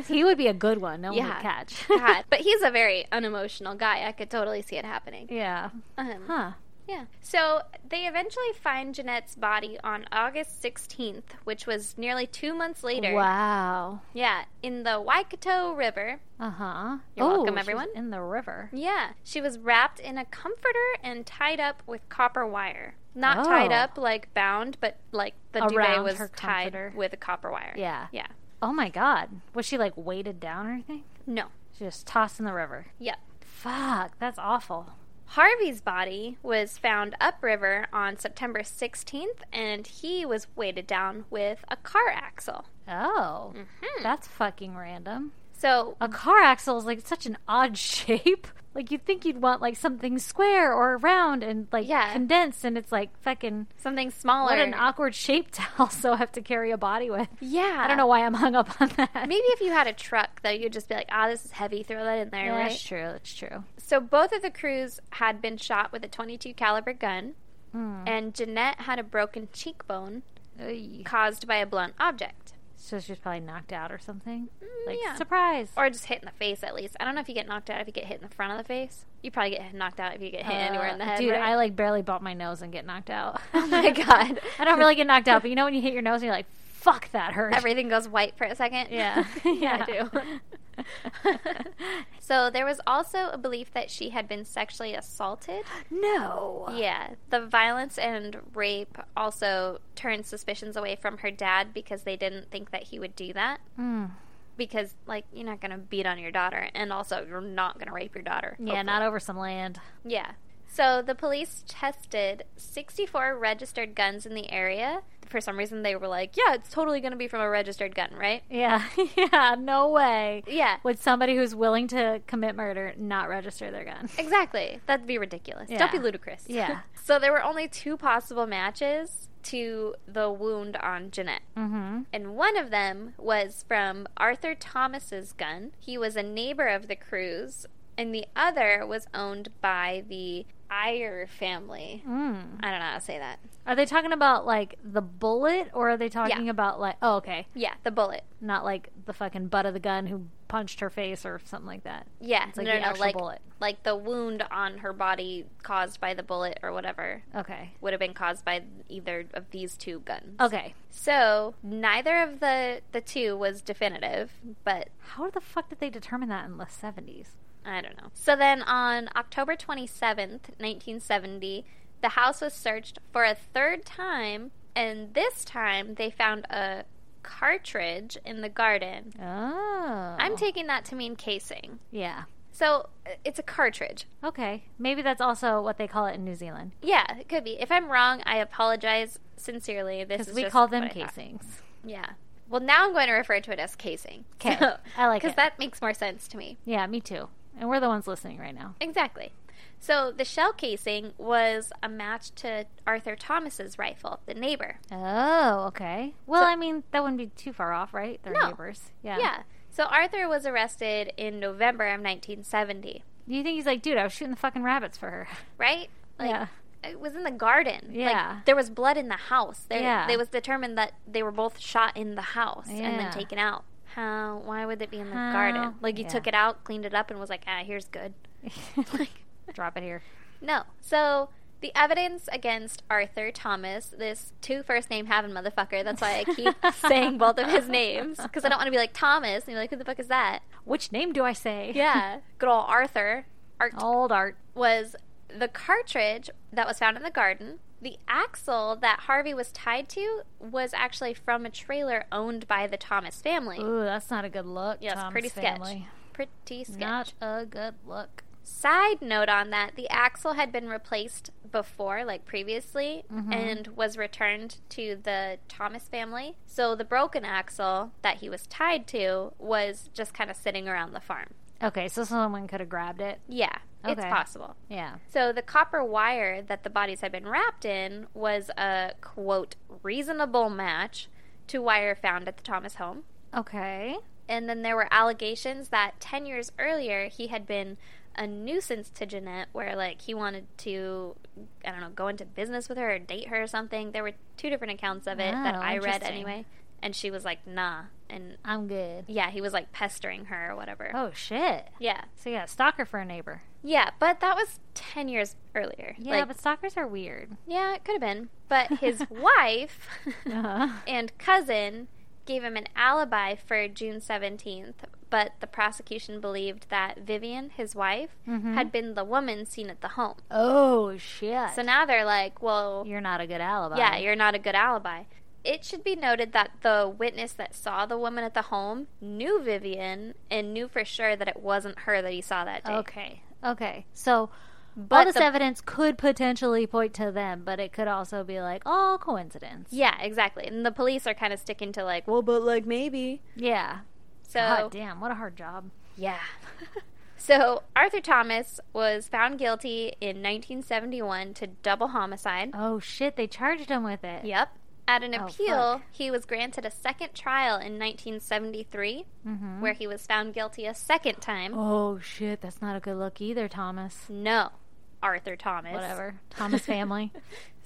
he would be a good one. No one would catch.
God. But he's a very unemotional guy. I could totally see it happening.
yeah.
Um,
Huh.
Yeah. So they eventually find Jeanette's body on August 16th, which was nearly two months later.
Wow.
Yeah, in the Waikato River.
Uh huh.
You're welcome, everyone.
Oh, In the river.
Yeah, she was wrapped in a comforter and tied up with copper wire. Not tied
Oh.
up like bound, but like the duvet
Around
was
her
tied
comforter.
with a copper wire.
Yeah.
Yeah.
Oh my god. Was she like weighted down or anything?
No.
She just tossed in the river.
Yep.
Fuck. That's awful.
Harvey's body was found upriver on September 16th, and he was weighted down with a car axle.
Oh.
Mm-hmm.
That's fucking random.
So,
A car axle is like such an odd shape. Like you'd think you'd want like something square or round and like
Yeah.
condensed, and it's like fucking
something smaller.
what an awkward shape to also have to carry a body with.
yeah.
I don't know why I'm hung up on that.
Maybe if you had a truck, though, you'd just be like, ah, this is heavy, throw that in there,
Yeah,
right?
That's true. That's true.
So both of the crews had been shot with a 22 caliber gun,
Mm-hmm.
and Jeanette had a broken cheekbone
Hmm. Oy.
caused by a blunt object,
So she's probably knocked out or something. Like
Mm, yeah.
surprise.
or just hit in the face at least. I don't know if you get knocked out if you get hit in the front of the face. You probably get knocked out if you get hit anywhere in the
Uh,
head.
Dude,
right?
I like barely bump my nose and get knocked out.
oh my god,
I don't really get knocked out, but you know when you hit your nose and you're like, fuck that hurt.
Everything goes white for a second.
Yeah.
yeah,
Yeah.
I do. so there was also a belief that she had been sexually assaulted.
no.
Yeah, the violence and rape also turned suspicions away from her dad because they didn't think that he would do that.
Mm.
Because, like, you're not going to beat on your daughter, and also you're not going to rape your daughter.
Yeah, not over some land.
hopefully. Yeah. So the police tested 64 registered guns in the area. For some reason, they were like, yeah, it's totally going to be from a registered gun, right?
Yeah. yeah, no way.
Yeah.
Would somebody who's willing to commit murder not register their gun?
Exactly. That'd be ridiculous.
Yeah.
Don't be ludicrous.
Yeah.
so there were only two possible matches to the wound on Jeanette.
Mm-hmm.
And one of them was from Arthur Thomas's gun. He was a neighbor of the crews, and the other was owned by the Iyer family.
Mm.
I don't know how to say that.
Are they talking about like the bullet, or are they talking about like? Oh, okay,
Yeah, the bullet.
not like the fucking butt of the gun who punched her face or something like that.
Yeah,
like
no,
the
no, no,
actual
like
bullet.
like the wound on her body caused by the bullet or whatever
Okay,
would have been caused by either of these two guns.
okay.
So neither of the the two was definitive, but
How the fuck did they determine that in the seventies?
I don't know. So then on October 27th, 1970, the house was searched for a third time, and this time they found a cartridge in the garden.
Oh,
I'm taking that to mean casing.
yeah.
So uh, it's a cartridge.
Okay, maybe that's also what they call it in New Zealand
Yeah, it could be. If I'm wrong, I apologize sincerely. This
because
is
we
just
call them
what I thought.
casings.
Yeah. Well, now I'm going to refer to it as casing.
'Kay. I like
because
it.
that makes more sense to me.
Yeah, me too. And we're the ones listening right now.
Exactly. So the shell casing was a match to Arthur Thomas's rifle, the neighbor.
Oh, okay. Well, I mean, that wouldn't be too far off, right? They're
No.
neighbors.
Yeah.
Yeah.
So Arthur was arrested in November of 1970,
Do you think he's like, dude, I was shooting the fucking rabbits for her?
right? Like,
yeah.
It was in the garden.
Yeah.
Like, there was blood in the house. There,
Yeah.
It was determined that they were both shot in the house and
Yeah.
then taken out. How? Why would it be in the
How?
garden? Like, you
Yeah.
took it out, cleaned it up, and was like, ah, here's good. Like,
Drop it here.
No. So the evidence against Arthur Thomas, this two first name having motherfucker, that's why I keep saying both of his names because I don't want to be like Thomas and you're like, who the fuck is that?
Which name do I say?
Yeah. Good old Arthur Art
Old art.
was the cartridge that was found in the garden. The axle that Harvey was tied to was actually from a trailer owned by the Thomas family.
Ooh, that's not a good look.
Yeah, it's
Tom's
pretty sketch.
family.
Pretty sketch.
Not a good look.
Side note on that, the axle had been replaced before, like previously, and was returned to the Thomas family. So the broken axle that he was tied to was just kind of sitting around the farm.
Okay, so someone could have grabbed it.
Yeah, it's
Okay.
possible.
Yeah.
So the copper wire that the bodies had been wrapped in was a quote reasonable match to wire found at the Thomas home.
Okay.
And then there were allegations that 10 years earlier he had been a nuisance to Jeanette, where like he wanted to, I don't know, go into business with her or date her or something. There were two different accounts of it that
Oh,
I read
interesting.
anyway. And she was like, nah. And
I'm good.
yeah, he was like pestering her or whatever.
Oh shit.
Yeah.
So yeah, stalker for a neighbor.
Yeah, but that was 10 years earlier.
Yeah,
Like,
but stalkers are weird.
yeah, it could have been. But his wife and cousin gave him an alibi for June 17th, but the prosecution believed that Vivian, his wife, had been the woman seen at the home.
Oh shit.
So now they're like, well,
you're not a good alibi.
yeah, you're not a good alibi. It should be noted that the witness that saw the woman at the home knew Vivian and knew for sure that it wasn't her that he saw that day.
Okay. Okay. So all
But
this
the-
evidence could potentially point to them, but it could also be like all coincidence.
Yeah, exactly. And the police are kind of sticking to like, well, but like maybe.
Yeah.
So
God damn, what a hard job.
Yeah. so Arthur Thomas was found guilty in 1971 to double homicide.
Oh shit, they charged him with it.
Yep. At an
Oh,
appeal,
fuck.
he was granted a second trial in 1973, where he was found guilty a second time.
Mm-hmm. Oh shit, that's not a good look either, Thomas.
No, Arthur Thomas.
Whatever. Thomas family.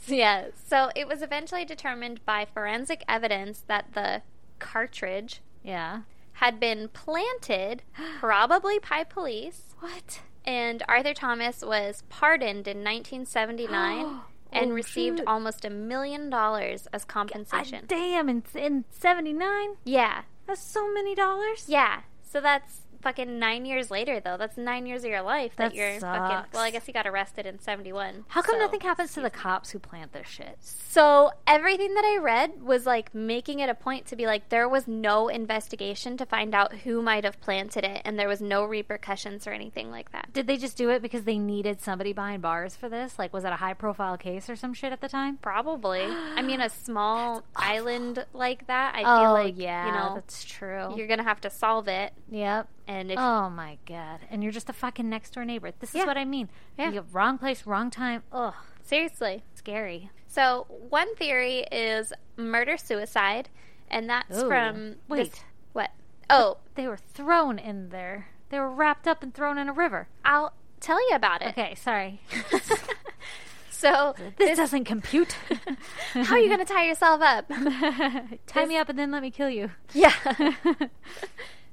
Yeah. So it was eventually determined by forensic evidence that the cartridge
yeah.
had been planted, probably by police.
What?
and Arthur Thomas was pardoned in 1979 and
Oh,
received
shit.
almost a million dollars as
I,
compensation.
damn, in, in 79?
yeah,
That's so many dollars.
yeah. So that's fucking nine years later, though. That's nine years of your life that,
That
you're fucking.
sucks.
Well, I guess he got arrested in 71.
How come
so-
nothing happens to the cops who plant this shit?
So everything that I read was like making it a point to be like, there was no investigation to find out who might have planted it, and there was no repercussions or anything like that.
Did they just do it because they needed somebody behind bars for this? Like, was it a high profile case or some shit at the time?
Probably. I mean, a small island like that, I feel
Oh,
like,
yeah,
you know,
that's true.
you're going to have to solve it.
Yep.
And if,
Oh my god! And you're just a fucking next door neighbor. This
Yeah.
is what I mean.
Yeah.
You wrong place, wrong time. Ugh,
seriously.
scary.
So, one theory is murder suicide, and that's
Ooh.
from. this-
Wait.
what? Oh,
They were thrown in there. They were wrapped up and thrown in a river.
I'll tell you about it.
Okay, sorry.
so,
This, doesn't compute.
how are you going to tie yourself up?
Tie me up and then let me kill you. Mm-hmm.
Yeah.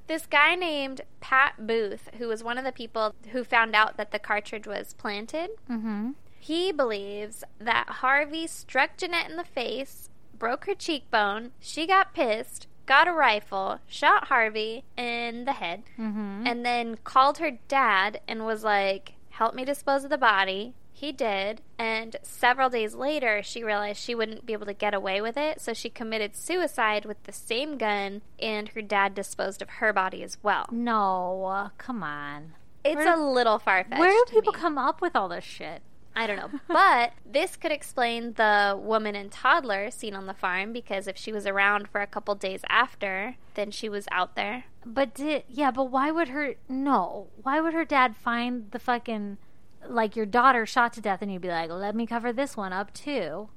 this guy named Pat Booth, who was one of the people who found out that the cartridge was planted,
Mm-hmm.
he believes that Harvey struck Jeanette in the face, broke her cheekbone, she got pissed, got a rifle, shot Harvey in the head,
Mm-hmm.
and then called her dad and was like, Help me dispose of the body. He did, and several days later, she realized she wouldn't be able to get away with it, so she committed suicide with the same gun, and her dad disposed of her body as well.
No, come on.
It's
Where-
a little far fetched.
Where do people come up with all this shit?
I don't know, but this could explain the woman and toddler seen on the farm because if she was around for a couple days after, then she was out there.
But did yeah, but why would her no? Why would her dad find the fucking like your daughter shot to death and you'd be like, "Let me cover this one up too."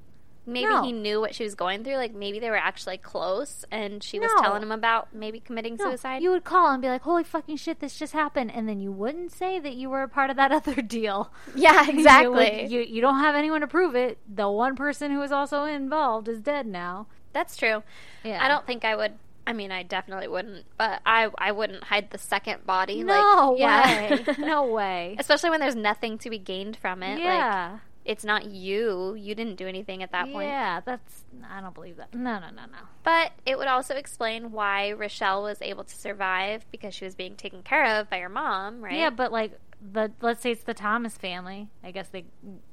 Maybe
No.
he knew what she was going through. Like maybe they were actually close, and she was
No.
telling him about maybe committing
No,
suicide.
You would call and be like, "Holy fucking shit, this just happened." And then you wouldn't say that you were a part of that other deal.
yeah,
You
exactly.
would- You, you don't have anyone to prove it. The one person who was also involved is dead now.
That's true.
Yeah.
I don't think I would. I mean, I definitely wouldn't. But I, I wouldn't hide the second body.
No
like, yeah.
way. no way.
Especially when there's nothing to be gained from it. Like,
Yeah.
it's not you. You didn't do anything at that point.
Yeah, that's I don't believe that. No, no, no, no.
But it would also explain why Rochelle was able to survive because she was being taken care of by her mom, right?
Yeah, but like the let's say it's the Thomas family. I guess they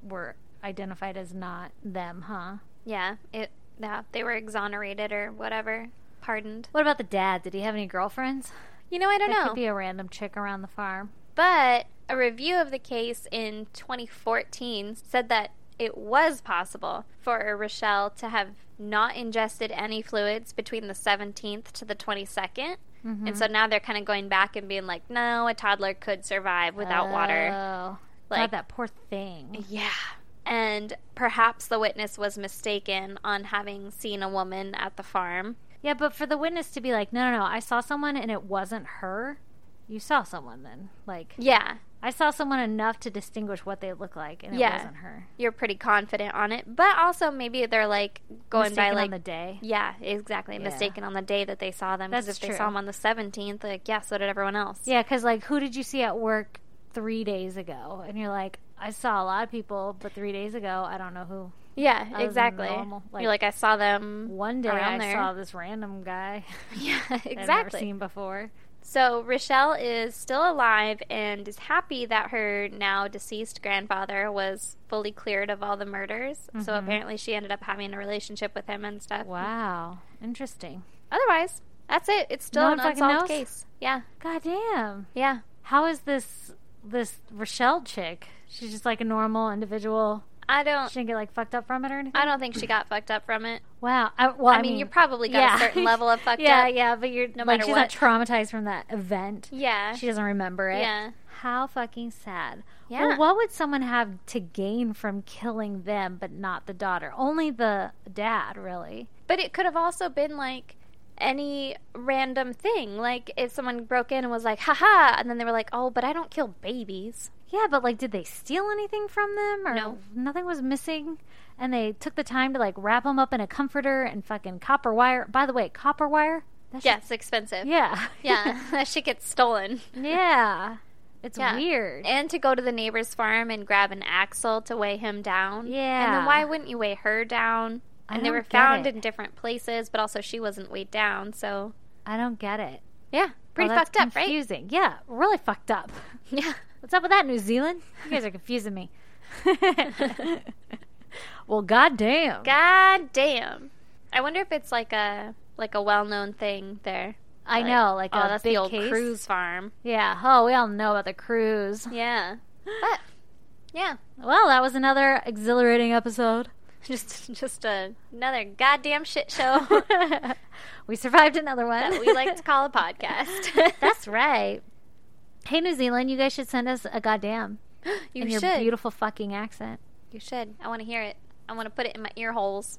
were identified as not them, huh?
yeah. It yeah, they were exonerated or whatever, pardoned.
What about the dad? Did he have any girlfriends?
You know, I don't
That
know.
could be a random chick around the farm.
But a review of the case in 2014 said that it was possible for Rochelle to have not ingested any fluids between the 17th to the 22nd.
Mm-hmm.
And so now they're kind of going back and being like, no, a toddler could survive without water.
Oh,
Like-
God, that poor thing.
Yeah. And perhaps the witness was mistaken on having seen a woman at the farm.
Yeah, but for the witness to be like, no, no, no, I saw someone and it wasn't her. You saw someone then. Like,
Yeah,
I saw someone enough to distinguish what they look like and it
Yeah.
wasn't her.
you're pretty confident on it. But also, maybe they're like going
Mistaken
by like.
on the day.
yeah, exactly. Mistaken on the day that they saw them. Because
That's
if they saw
true.
them on the 17th, like, yeah, so did everyone else.
Yeah, because like, who did you see at work three days ago? And you're like, I saw a lot of people, but three days ago, I don't know who.
Yeah,
than
exactly.
normal, like-
you're like, I saw them
One day
around
I
there.
saw this random guy
yeah,
that I've never
exactly.
seen before.
So Rochelle is still alive and is happy that her now deceased grandfather was fully cleared of all the murders. So apparently she ended up having a relationship with him and stuff.
Mm-hmm. Wow, interesting.
Otherwise, that's it. It's still
No
an
one fucking
unsolved
knows?
case. Yeah.
God damn.
Yeah.
How is this this Rochelle chick? She's just like a normal individual.
I
She
don't
didn't get like fucked up from it or anything.
I don't think she got fucked up from it.
Wow. I, well, I,
I mean, you probably got a certain level of fucked
yeah,
up.
Yeah, yeah. But you're no like,
matter
she's not traumatized from that event.
Yeah.
She doesn't remember it.
Yeah.
How fucking sad.
Yeah.
Well, what would someone have to gain from killing them, but not the daughter? Only the dad, really.
But it could have also been like any random thing. Like if someone broke in and was like, haha, and then they were like, oh, but I don't kill babies.
Yeah, but like, did they steal anything from them, or
No.
nothing was missing? And they took the time to like wrap them up in a comforter and fucking copper wire. By the way, copper wire. That's
Yeah, it's expensive.
yeah.
Yeah, that shit gets stolen.
yeah. It's
Yeah.
weird.
And to go to the neighbor's farm and grab an axle to weigh him down. And
Yeah.
then why wouldn't you weigh her down?
I
And they
don't
were
get
found
it.
in different places, but also she wasn't weighed down. So,
I don't get it.
yeah, pretty
Oh, that's
fucked up, right?
confusing. Yeah, really fucked up.
Yeah.
What's up with that, New Zealand? You guys are confusing me. well, goddamn.
God damn. I wonder if it's like a like a well known thing there.
I know, like
oh,
a
that's
big
the old
case.
cruise farm.
Yeah. Oh, we all know about the cruise.
Yeah. But yeah,
Well, that was another exhilarating episode.
just just a, another goddamn shit show
we survived another one.
that we like to call a podcast.
That's right. Hey, New Zealand, you guys should send us a goddamn
you
in
should.
your beautiful fucking accent.
You should. I want to hear it. I want to put it in my ear holes.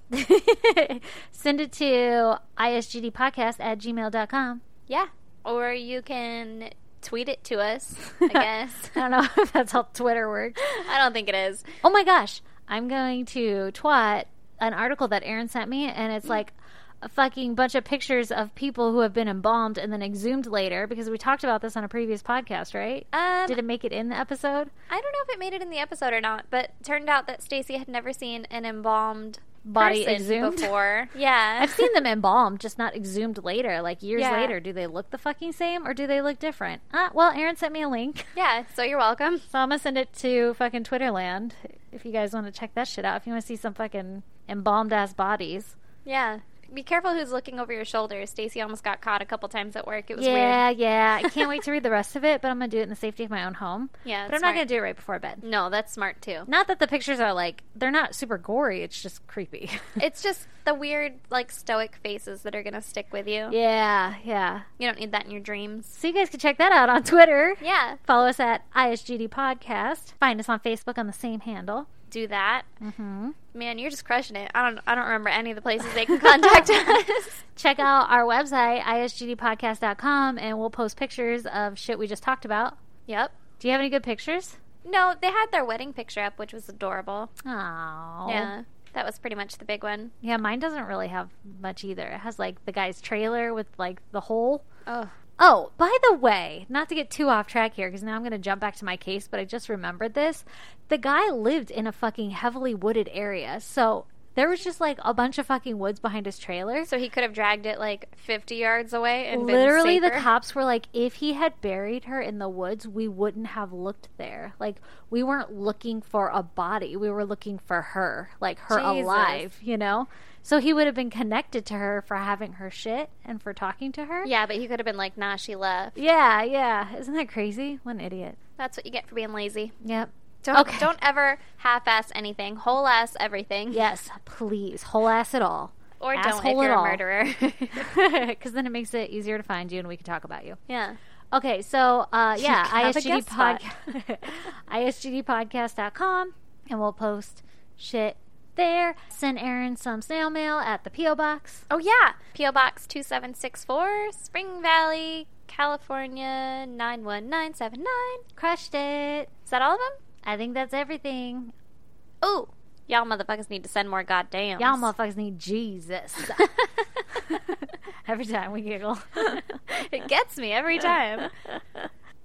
send it to isgdpodcast at gmail.com.
Yeah. Or you can tweet it to us, I guess.
I don't know if that's how Twitter works.
I don't think it is.
Oh my gosh, I'm going to twat an article that Aaron sent me, and it's like a fucking bunch of pictures of people who have been embalmed and then exhumed later because we talked about this on a previous podcast, right?
Um,
Did it make it in the episode?
I don't know if it made it in the episode or not, but turned out that Stacy had never seen an embalmed
Body
person
exhumed?
before. Yeah.
I've seen them embalmed, just not exhumed later, like years
Yeah.
later. Do they look the fucking same or do they look different? Uh, well, Aaron sent me a link.
Yeah, so you're welcome.
So I'm gonna send it to fucking Twitterland if you guys want to check that shit out. If you want to see some fucking embalmed ass bodies,
Yeah. Be careful who's looking over your shoulder. Stacy almost got caught a couple times at work. It was
yeah,
weird.
yeah. I can't wait to read the rest of it, but I'm gonna do it in the safety of my own home.
Yeah,
but I'm
smart.
not gonna do it right before bed.
No, that's smart too.
Not that the pictures are like they're not super gory. It's just creepy.
It's just the weird, like, stoic faces that are going to stick with you.
yeah, yeah.
You don't need that in your dreams.
So you guys can check that out on Twitter.
Yeah.
Follow us at ISGD Podcast. Find us on Facebook on the same handle.
do that.
Mhm.
Man, you're just crushing it. I don't I don't remember any of the places they can contact us.
Check out our website isgdpodcast.com, and we'll post pictures of shit we just talked about.
Yep.
Do you have any good pictures?
No, they had their wedding picture up, which was adorable.
Oh,
Yeah. That was pretty much the big one.
yeah. Mine doesn't really have much either. It has like the guy's trailer with like the hole.
Oh.
Oh, by the way, not to get too off track here, because now I'm going to jump back to my case, but I just remembered this. The guy lived in a fucking heavily wooded area. So there was just like a bunch of fucking woods behind his trailer.
So he could have dragged it like 50 yards away and been
Literally, the
safer.
cops were like, if he had buried her in the woods, we wouldn't have looked there. Like, we weren't looking for a body. We were looking for her, like her
Jesus.
alive, you know? So he would have been connected to her for having her shit and for talking to her.
Yeah, but he could have been like, nah, she left.
Yeah, yeah. Isn't that crazy? What an idiot.
That's what you get for being lazy.
Yep.
Don't,
Okay.
don't ever half ass anything, whole ass everything.
Yes, please. Whole ass it all.
Or don't if
Asshole
you're
it
a
all.
murderer.
Because then it makes it easier to find you and we can talk about you.
yeah.
Okay, so uh, yeah,
can have a
ISGD
guest spot.
podcast, ISGDpodcast.com, and we'll post shit there. Send Aaron some snail mail at the P.O. Box.
Oh, yeah. P.O. Box 2764, Spring Valley, California 91979.
Crushed it.
Is that all of them?
I think that's everything.
Oh, y'all motherfuckers need to send more goddamn.
Y'all motherfuckers need Jesus. Every time we giggle.
it gets me every time.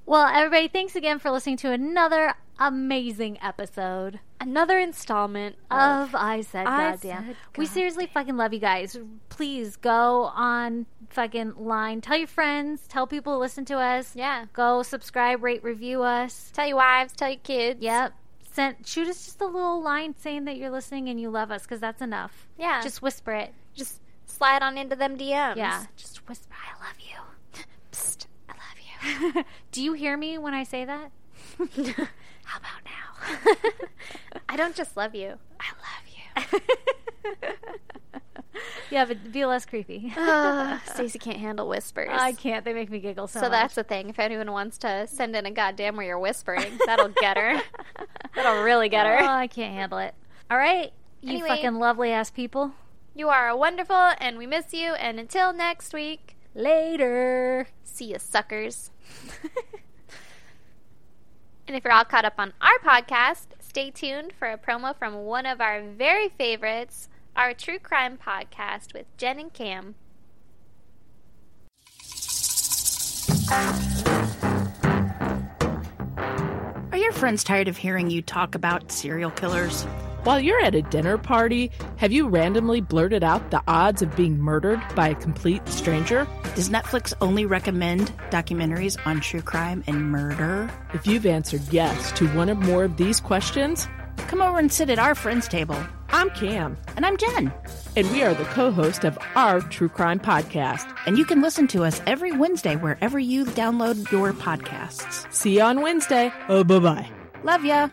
well, everybody, thanks again for listening to another amazing episode.
Another installment of
of I said
I
goddamn.
said
we seriously fucking love you guys. Please go on fucking line. Tell your friends. Tell people to listen to us.
yeah.
Go subscribe, rate, review us.
Tell your wives, tell your kids.
Yep. Send shoot us just a little line saying that you're listening and you love us because that's enough.
yeah. Just
Just whisper it.
just slide on into them DMs.
Yeah. Just whisper. I love you.
Psst, I love you.
Do you hear me when I say that?
How about now? I don't just love you. I love you.
Yeah, but be less creepy.
Ah, Stacy can't handle whispers.
I can't. They make me giggle so,
so
much.
that's the thing. If anyone wants to send in a goddamn where you're whispering, that'll get her. Ah. that'll really get her.
Oh, I can't handle it. All right. You
Anyway.
fucking lovely ass people.
You are wonderful, and we miss you. And until next week,
Later.
see you, suckers. and if you're all caught up on our podcast, stay tuned for a promo from one of our very favorites, our true crime podcast with Jen and Cam.
Are your friends tired of hearing you talk about serial killers?
While you're at a dinner party, have you randomly blurted out the odds of being murdered by a complete stranger?
Does Netflix only recommend documentaries on true crime and murder?
If you've answered yes to one or more of these questions,
Come over and sit at our friends' table.
I'm Cam,
And I'm Jen.
and we are the co host of our true crime podcast.
And you can listen to us every Wednesday wherever you download your podcasts.
See you on Wednesday. Oh, bye bye.
Love ya.